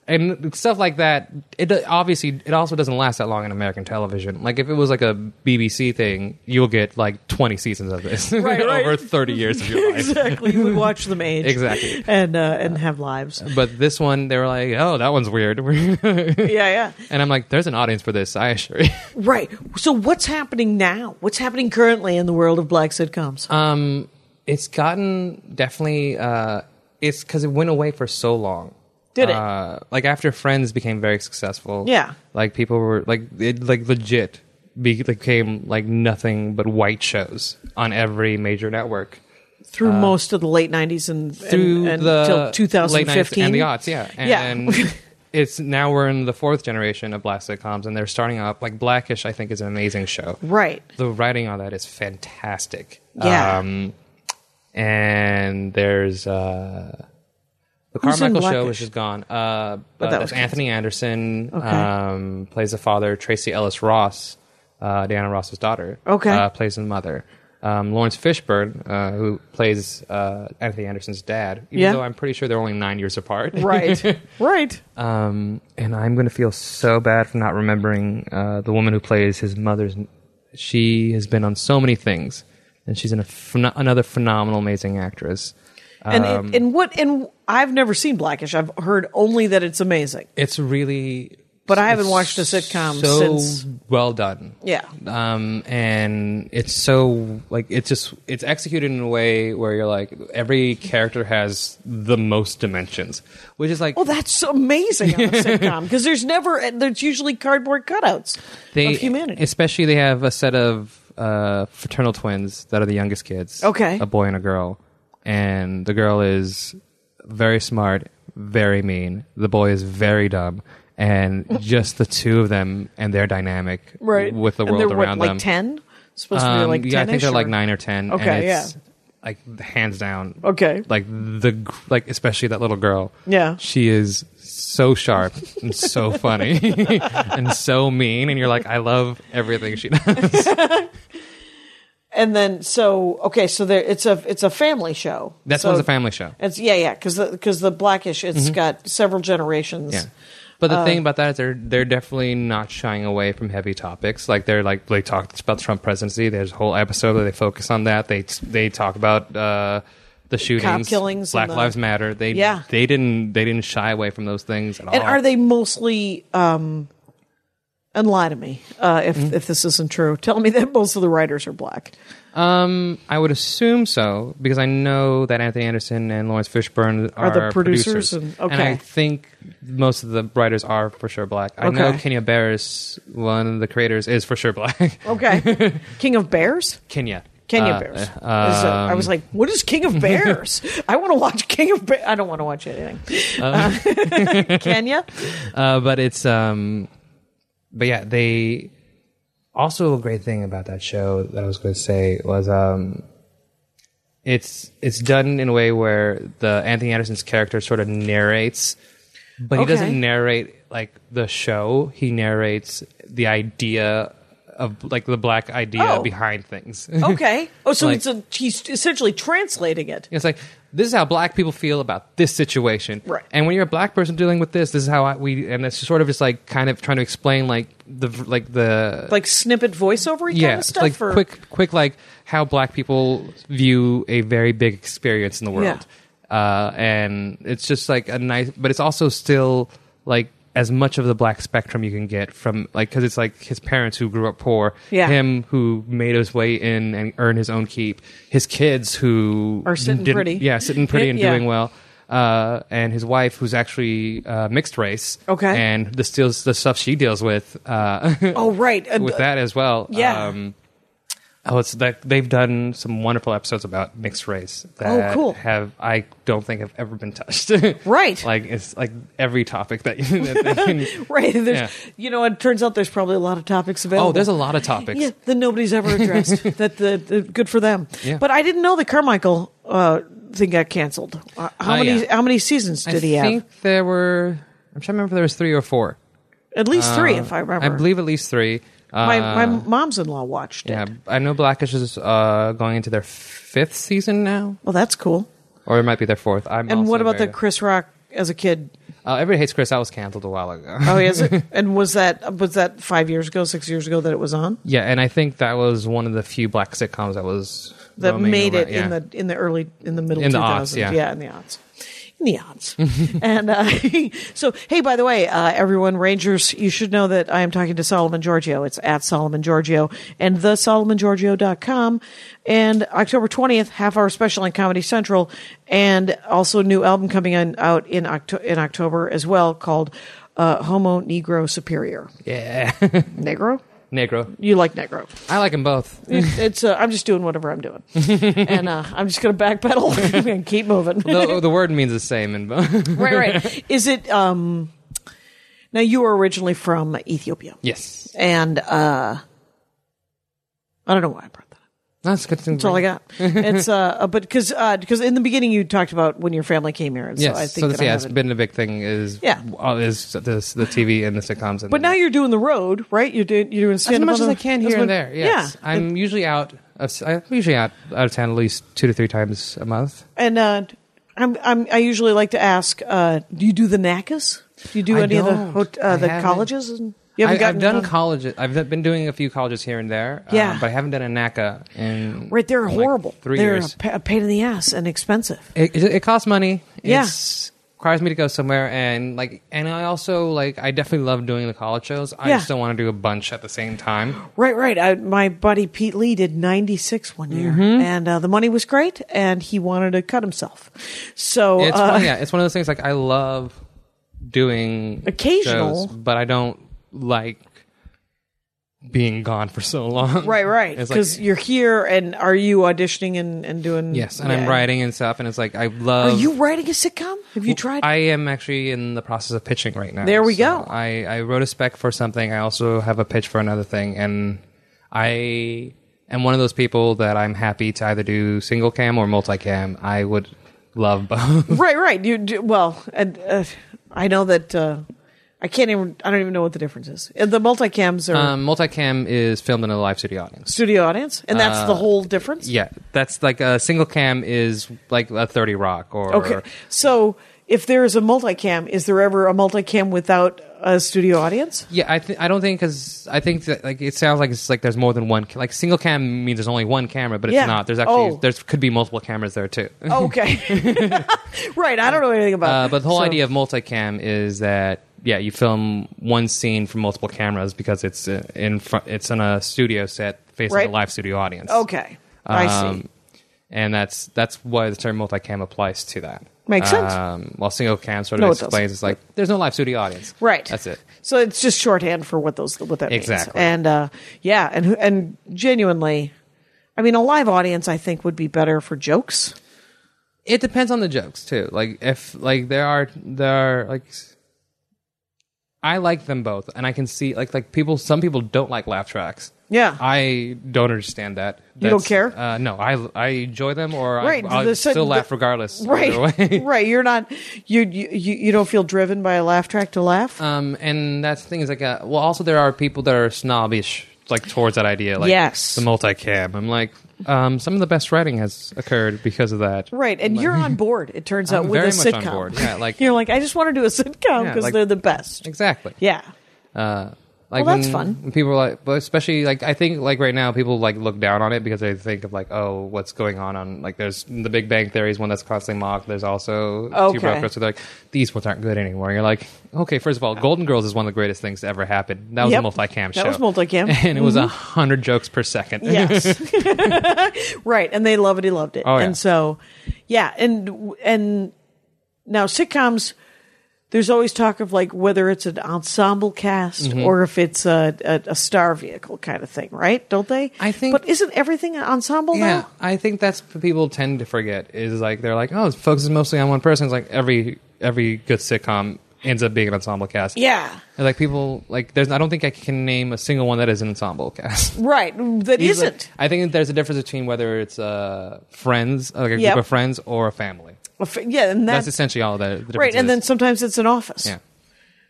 D: And stuff like that, it do- obviously it also doesn't last that long in American television. Like if it was like a BBC thing, you'll get like twenty seasons of this
C: Right, right.
D: over thirty years of your life.
C: exactly. You would watch them age
D: Exactly.
C: and uh, and have lives.
D: But this one, they were like, "Oh, that one's weird," and
C: Yeah, yeah.
D: I'm like, "There's an audience for this." I assure you.
C: Right. So what's happening now? What's happening currently in the world of black sitcoms?
D: Um, it's gotten definitely. Uh, it's because it went away for so long.
C: Did it?
D: Uh, like after Friends became very successful.
C: Yeah.
D: Like people were like it like legit be- became like nothing but white shows on every major network
C: through most of the late '90s and
D: uh, through
C: and, and
D: the
C: till
D: late 90s
C: 2015
D: and the aughts. Yeah. And,
C: Yeah.
D: it's now we're in the fourth generation of black sitcoms, and they're starting off like Blackish. I think is an amazing show.
C: Right.
D: The writing on that is fantastic.
C: Yeah.
D: Um, and there's uh, the
C: Who's in
D: Carmichael show,
C: Blackish?
D: which is gone. Uh, but
C: that was
D: that's Anthony Anderson.
C: Okay.
D: Um, plays the father. Tracy Ellis Ross, uh, Diana Ross's daughter.
C: Okay.
D: Uh, plays the mother. Um, Lawrence Fishburne, uh, who plays uh, Anthony Anderson's dad, even
C: Yeah.
D: though I'm pretty sure they're only nine years apart.
C: Right. right.
D: Um, and I'm going to feel so bad for not remembering uh, the woman who plays his mother's. She has been on so many things, and she's in a phen- another phenomenal, amazing actress.
C: And
D: Um,
C: and and what and I've never seen Blackish. I've heard only that it's amazing,
D: It's really.
C: but I haven't
D: it's
C: watched a sitcom
D: so
C: since.
D: well done.
C: Yeah.
D: Um, and it's so like it's just it's executed in a way where you're like every character has the most dimensions, which is like
C: Oh, that's amazing on a sitcom because there's never and there's usually cardboard cutouts
D: they
C: of humanity.
D: especially they have a set of uh, fraternal twins that are the youngest kids
C: Okay.
D: a boy and a girl and the girl is very smart very mean the boy is very dumb and just the two of them and their dynamic
C: right
D: with the
C: And
D: world
C: they're, what,
D: around
C: like
D: them
C: ten supposed to be
D: Um,
C: like 10
D: yeah, I think they're like nine or ten. and
C: Okay,
D: it's,
C: yeah.
D: Like hands down.
C: Okay.
D: Like the gr- like especially that little girl.
C: Yeah.
D: She is so sharp and so funny and so mean, and you're like, I love everything she does.
C: And then so okay, so there it's a it's a family show.
D: That's
C: so
D: one's a family show.
C: It's yeah yeah because because the, Blackish it's got several generations.
D: Yeah. But the
C: Uh,
D: thing about that is they're they're definitely not shying away from heavy topics. Like they're like they talked about the Trump presidency. There's a whole episode where they focus on that. They they talk about uh, the shootings,
C: killings and
D: Black
C: the-
D: Lives Matter. They
C: Yeah.
D: they didn't they didn't shy away from those things at all.
C: And are they mostly um and lie to me uh, if
D: Mm-hmm.
C: if this isn't true. Tell me that most of the writers are black.
D: Um, I would assume so because I know that Anthony Anderson and Lawrence Fishburne are,
C: Are the producers and- okay.
D: I think most of the writers are for sure black. I know
C: Okay.
D: Kenya Barris, one of the creators, is for sure black.
C: Okay. King of Bears?
D: Kenya.
C: Kenya
D: Uh,
C: Bears. Is it-
D: uh,
C: I was like, what is King of Bears? I want to watch King of Bears. I don't want to watch anything. Uh, Kenya?
D: uh, but it's um but yeah they also a great thing about that show that i was going to say was um it's it's done in a way where the Anthony Anderson's character sort of narrates, but he
C: Okay.
D: doesn't narrate like the show. He narrates the idea of like the black idea
C: Oh.
D: behind things.
C: Okay. Oh, so
D: Like-
C: it's a, he's essentially translating it.
D: It's like this is how black people feel about this situation,
C: Right.
D: And when you're a black person dealing with this, this is how I, we and it's sort of just like kind of trying to explain like the like the
C: Like snippet voiceover
D: yeah,
C: kind of
D: it's
C: stuff.
D: like
C: or-
D: quick quick like how black people view a very big experience in the world, uh, and it's just like a nice, but it's also still like as much of the black spectrum you can get from like because it's like his parents who grew up poor,
C: Yeah.
D: him who made his way in and earned his own keep, his kids who
C: Are sitting
D: didn't-
C: pretty.
D: yeah, sitting pretty and
C: Yeah.
D: doing well. Uh, and his wife, who's actually uh, mixed race,
C: Okay.
D: and the steals the stuff she deals with, uh,
C: Oh, right. Uh,
D: with that as well.
C: Yeah.
D: Um, oh, it's that they've done some wonderful episodes about mixed race. That
C: Oh, cool.
D: Have I don't think have ever been touched.
C: Right.
D: Like it's like every topic that. You, that they can,
C: Right. There's,
D: Yeah.
C: You know, it turns out there's probably a lot of topics available.
D: oh, there's a lot of topics.
C: Yeah, that nobody's ever addressed. that the, the good for them.
D: Yeah.
C: But I didn't know the Carmichael uh, thing got canceled. Uh, how
D: Oh,
C: many
D: yeah.
C: how many seasons
D: I
C: did he
D: think
C: have?
D: there were. I'm trying to remember if there was three or four.
C: At least three, if I
D: Uh,
C: remember.
D: I believe at least three. Uh,
C: my my mom's in law watched
D: yeah,
C: it.
D: I know Blackish is uh, going into their fifth season now,
C: Well, that's cool.
D: or it might be their fourth. I'm
C: And
D: also
C: what about the
D: very-
C: Chris Rock as a kid?
D: Uh, Everybody hates Chris. That was canceled a while ago.
C: Oh, is it? and was that was that five years ago, six years ago that it was on?
D: Yeah, and I think that was one of the few black sitcoms that was
C: that
D: roaming
C: made it
D: around- yeah.
C: in the in the early in the middle
D: In the
C: 2000s.
D: aughts, yeah.
C: in the odds. In the odds. and uh, so, hey, by the way, uh, everyone, Rangers, you should know that I am talking to Solomon Giorgio. It's at Solomon Giorgio and thesolomongiorgio.com. And October 20th, half hour special on Comedy Central, and also a new album coming on, out in, Octo- in October as well called uh, Homo Negro Superior.
D: yeah
C: Negro?
D: negro.
C: You like Negro.
D: I like them both.
C: It, it's uh, I'm just doing whatever I'm doing, and uh, I'm just going to backpedal and keep moving.
D: the, the word means the same in both.
C: right, right. Is it? Um, now you were originally from Ethiopia,
D: yes,
C: and uh, I don't know why I brought that. up.
D: that's a good thing.
C: That's all I got. It's uh, but because because in the beginning you talked about when your family came here, and
D: Yes,
C: so I think
D: so
C: that
D: that's,
C: I
D: yeah, it's
C: haven't-
D: been a big thing. Is
C: Yeah.
D: uh, is this, the TV and the sitcoms. And
C: But now you're doing the road, right? You're doing you're doing
D: as
C: stand
D: much as I can here and there. Yes,
C: Yeah,
D: I'm usually out. Of, I'm usually out out of town at least two to three times a month.
C: and uh, I'm, I'm I usually like to ask, uh, do you do the NACAs? Do you do
D: I
C: any of the
D: don't.
C: hot- uh,
D: I
C: the
D: haven't.
C: colleges? And you haven't
D: I, I've
C: gotten
D: done
C: uh,
D: colleges. I've been doing a few colleges here and there. uh,
C: Yeah.
D: but I haven't done a NACA in
C: Right, they're
D: like,
C: horrible.
D: 3
C: they're
D: years.
C: A, pa- a pain in the ass and expensive.
D: it, it, it costs money.
C: Yeah.
D: It's requires me to go somewhere and like and I also like I definitely love doing the college shows. I
C: Yeah.
D: just don't want to do a bunch at the same time.
C: Right, right. I, my buddy Pete Lee did 96 one year,
D: Mm-hmm.
C: and uh, the money was great, and he wanted to cut himself. So
D: It's
C: uh,
D: one- yeah, it's one of those things like I love doing
C: Occasional.
D: shows, but I don't like being gone for so long.
C: right, right,
D: It's
C: because
D: like,
C: you're here, and are you auditioning and, and doing?
D: yes, and I'm
C: yeah.
D: writing and stuff and it's like I love
C: Are you writing a sitcom? Have you tried?
D: I am actually in the process of pitching right now.
C: There we go.
D: I, I wrote a spec for something. I also have a pitch for another thing. And I am one of those people that I'm happy to either do single cam or multicam. I would love both.
C: right, right. You do, well, and uh, I know that uh, I can't even. I don't even know what the difference is. And The multicams are
D: um, multicam is filmed in a live studio audience.
C: studio audience, and that's the
D: uh,
C: whole difference.
D: Yeah, that's like a single cam is like a 30 Rock or.
C: Okay. So if there is a multicam, is there ever a multicam without a studio audience?
D: Yeah, I th- I don't think because I think that like it sounds like it's like there's more than one ca- like single cam means there's only one camera, but it's
C: Yeah.
D: not. There's actually
C: Oh.
D: there's could be multiple cameras there too.
C: Okay. right. I don't know anything about.
D: Uh,
C: it.
D: but the whole
C: So-
D: idea of multicam is that yeah, you film one scene from multiple cameras because it's uh, in front, it's in a studio set facing
C: Right.
D: a live studio audience.
C: Okay. I see.
D: Um, And that's that's why the term multicam applies to that.
C: Makes sense.
D: Um, while single cam sort of
C: No, it
D: explains
C: doesn't.
D: it's like there's no live studio audience.
C: Right.
D: That's it.
C: So it's just shorthand for what those what that
D: Exactly.
C: means. And uh, yeah, and who- and genuinely, I mean, a live audience I think would be better for jokes.
D: It depends on the jokes too. Like if like there are there are like s- I like them both, and I can see like like people some people don't like laugh tracks.
C: Yeah.
D: I don't understand that.
C: You don't
D: That's-
C: care?
D: Uh, no, I I enjoy them, or
C: Right,
D: I, I'll
C: the
D: still
C: sudden-
D: laugh
C: the-
D: regardless. either
C: right
D: way.
C: right you're not you, you you you don't feel driven by a laugh track to laugh
D: Um, and that's the thing is like, uh, well, also there are people that are snobbish like towards that idea, like
C: Yes.
D: the multicam. I'm like, um, some of the best writing has occurred because of that.
C: right and you're on board it turns out
D: I'm
C: with
D: very
C: a
D: much on
C: sitcom
D: board. Yeah, like-
C: you're like i just want to do a sitcom
D: Yeah,
C: because
D: like-
C: they're the best
D: Exactly.
C: yeah
D: Uh, like
C: Well, that's
D: when,
C: fun.
D: When people are like, but especially like I think like right now people like look down on it because they think of like, oh, what's going on on like there's the Big Bang Theory is one that's constantly mocked. There's also
C: Okay.
D: two broke Girls, so they're like these ones aren't good anymore. You're like, okay, first of all, Golden Girls is one of the greatest things to ever happen. That was
C: Yep.
D: a
C: That
D: multicam show.
C: was mm-hmm. multicam.
D: and it was a hundred jokes per second.
C: yes right and they love it he loved it
D: Oh, yeah.
C: and so yeah and and now sitcoms there's always talk of like whether it's an ensemble cast
D: Mm-hmm.
C: or if it's a, a, a star vehicle kind of thing right don't they
D: I think-
C: but isn't everything an ensemble
D: Yeah,
C: now
D: I think that's what people tend to forget is like they're like, oh, it focuses mostly on one person. It's like every every good sitcom ends up being an ensemble cast.
C: yeah
D: And, like people like there's I don't think I can name a single one that is an ensemble cast.
C: Right. That
D: Usually-
C: not
D: I think there's a difference between whether it's uh friends, like a
C: Yep.
D: group of friends, or a family.
C: yeah, and
D: That's
C: that's,
D: essentially all that. The difference
C: right. And
D: is.
C: then sometimes it's an office,
D: yeah,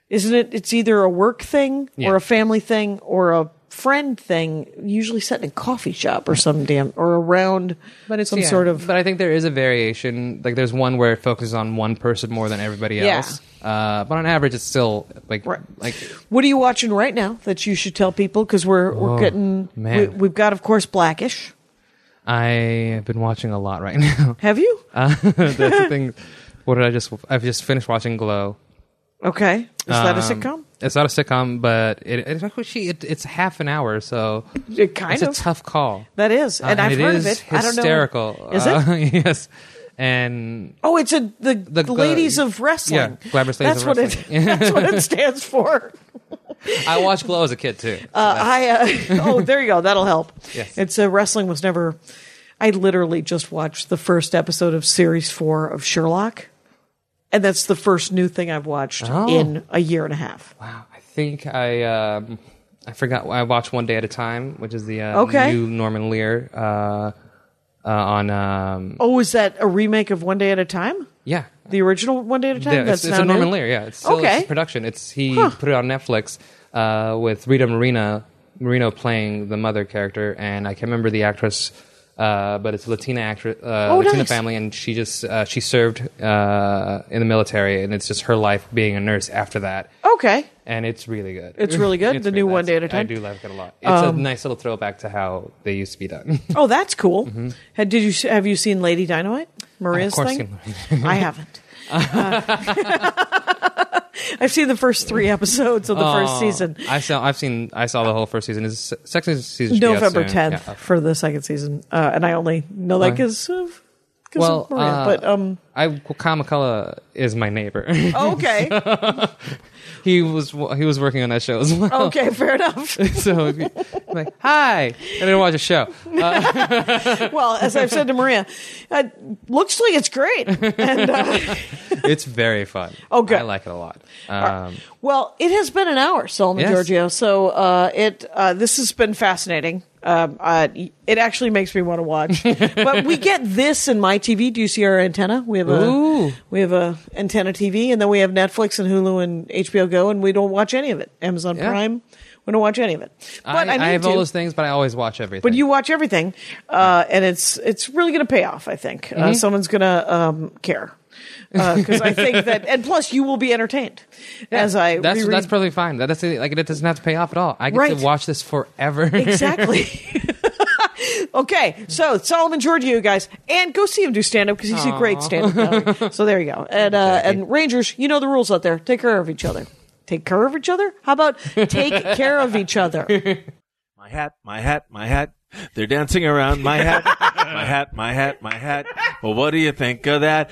C: isn't it? It's either a work thing
D: Yeah.
C: or a family thing or a friend thing. Usually set in a coffee shop or some damn or around, but it's some
D: Yeah.
C: sort of
D: But I think there is a variation. Like there's one where it focuses on one person more than everybody
C: Yeah.
D: else. Uh, but on average, it's still like
C: Right.
D: like
C: What are you watching right now that you should tell people? Because we're we're
D: Oh,
C: getting
D: man.
C: We, we've got of course Blackish.
D: I've been watching a lot right now.
C: Have you?
D: Uh, that's the thing. What did I just? I've just finished watching Glow.
C: okay, is that a
D: Um,
C: sitcom?
D: It's not a sitcom, but it, it's actually it, it's half an hour, so
C: It kind
D: it's
C: of
D: a tough call. Uh,
C: that is, and, I've
D: it
C: heard of it.
D: is
C: I
D: Hysterical.
C: don't know. Is it?
D: Uh, yes, and
C: Oh, it's a the,
D: gla-
C: ladies of wrestling.
D: uh, yeah, glamorous
C: that's
D: ladies of
C: what
D: wrestling.
C: it. That's what it stands for.
D: I watched Glow as a kid too.
C: Uh, I uh, oh, there you go. That'll help.
D: Yes.
C: It's uh, wrestling was never. I literally just watched the first episode of series four of Sherlock, and that's the first new thing I've watched
D: Oh.
C: in a year and a half.
D: I think I um, I forgot. I watched One Day at a Time, which is the uh,
C: Okay.
D: new Norman Lear uh, uh, on um,
C: Oh, is that a remake of One Day at a Time?
D: yeah.
C: The original One Day at a Time.
D: Yeah, it's,
C: that's
D: it's
C: now
D: a Norman
C: new?
D: Lear. Yeah, it's still
C: Okay.
D: it's production. It's he put it on Netflix uh, with Rita Marina Marino playing the mother character, and I can't remember the actress, uh, but it's a Latina actress, uh,
C: Oh,
D: Latina
C: nice.
D: family, and she just uh, she served uh, in the military, and it's just her life being a nurse after that.
C: Okay.
D: And it's really good.
C: It's really good? The
D: really
C: new
D: nice.
C: One Day at a Time? Um,
D: I do like it a lot. It's a nice little throwback to how they used to be done.
C: Oh, that's cool. Had, did you have you seen Lady Dynamite? Maria's
D: Mm-hmm. course
C: thing. I haven't. Uh, I've seen the first three episodes of the first
D: Oh,
C: season.
D: I saw. I've seen. I saw the whole first season. Is second season should be out
C: November
D: soon.
C: 10th
D: Yeah.
C: for the second season, uh, and I only know that
D: Right.
C: because of, 'cause
D: Well,
C: of Maria.
D: uh,
C: but um,
D: I Kamakawa is my neighbor.
C: Oh. okay,
D: he was he was working on that show as well.
C: okay, fair enough.
D: So like, hi, I didn't watch a show.
C: Well, as I've said to Maria, it looks like it's great, and uh,
D: It's very fun.
C: Oh, good.
D: I like it a lot. Um,
C: Well, it has been an hour, Solomon
D: Yes.
C: Giorgio. So uh, it uh, this has been fascinating. Um, uh, it actually makes me want to watch. but we get this in my TV. Do you see our antenna? We have a
D: Ooh.
C: we have a antenna TV, and then we have Netflix and Hulu and HBO Go, and we don't watch any of it. Amazon
D: Yeah.
C: Prime, we don't watch any of it. But I,
D: I,
C: need
D: have
C: to.
D: all those things, but I always watch everything.
C: But you watch everything, uh, and it's it's really going to pay off. I think
D: Mm-hmm.
C: uh, someone's going to um, care because I think that, and plus you will be entertained as I
D: that's
C: reread-
D: that's perfectly fine. That, that's the- like it doesn't have to pay off at all. I get
C: Right.
D: to watch this forever.
C: Exactly. okay, so Solomon Giorgio, you guys, and go see him do stand up because he's a great stand up. so there you go. And uh, and Rangers, you know the rules out there. Take care of each other. Take care of each other. How about take care of each other?
F: My hat, my hat, my hat. They're dancing around my hat, my hat, my hat, my hat. Well, what do you think of that?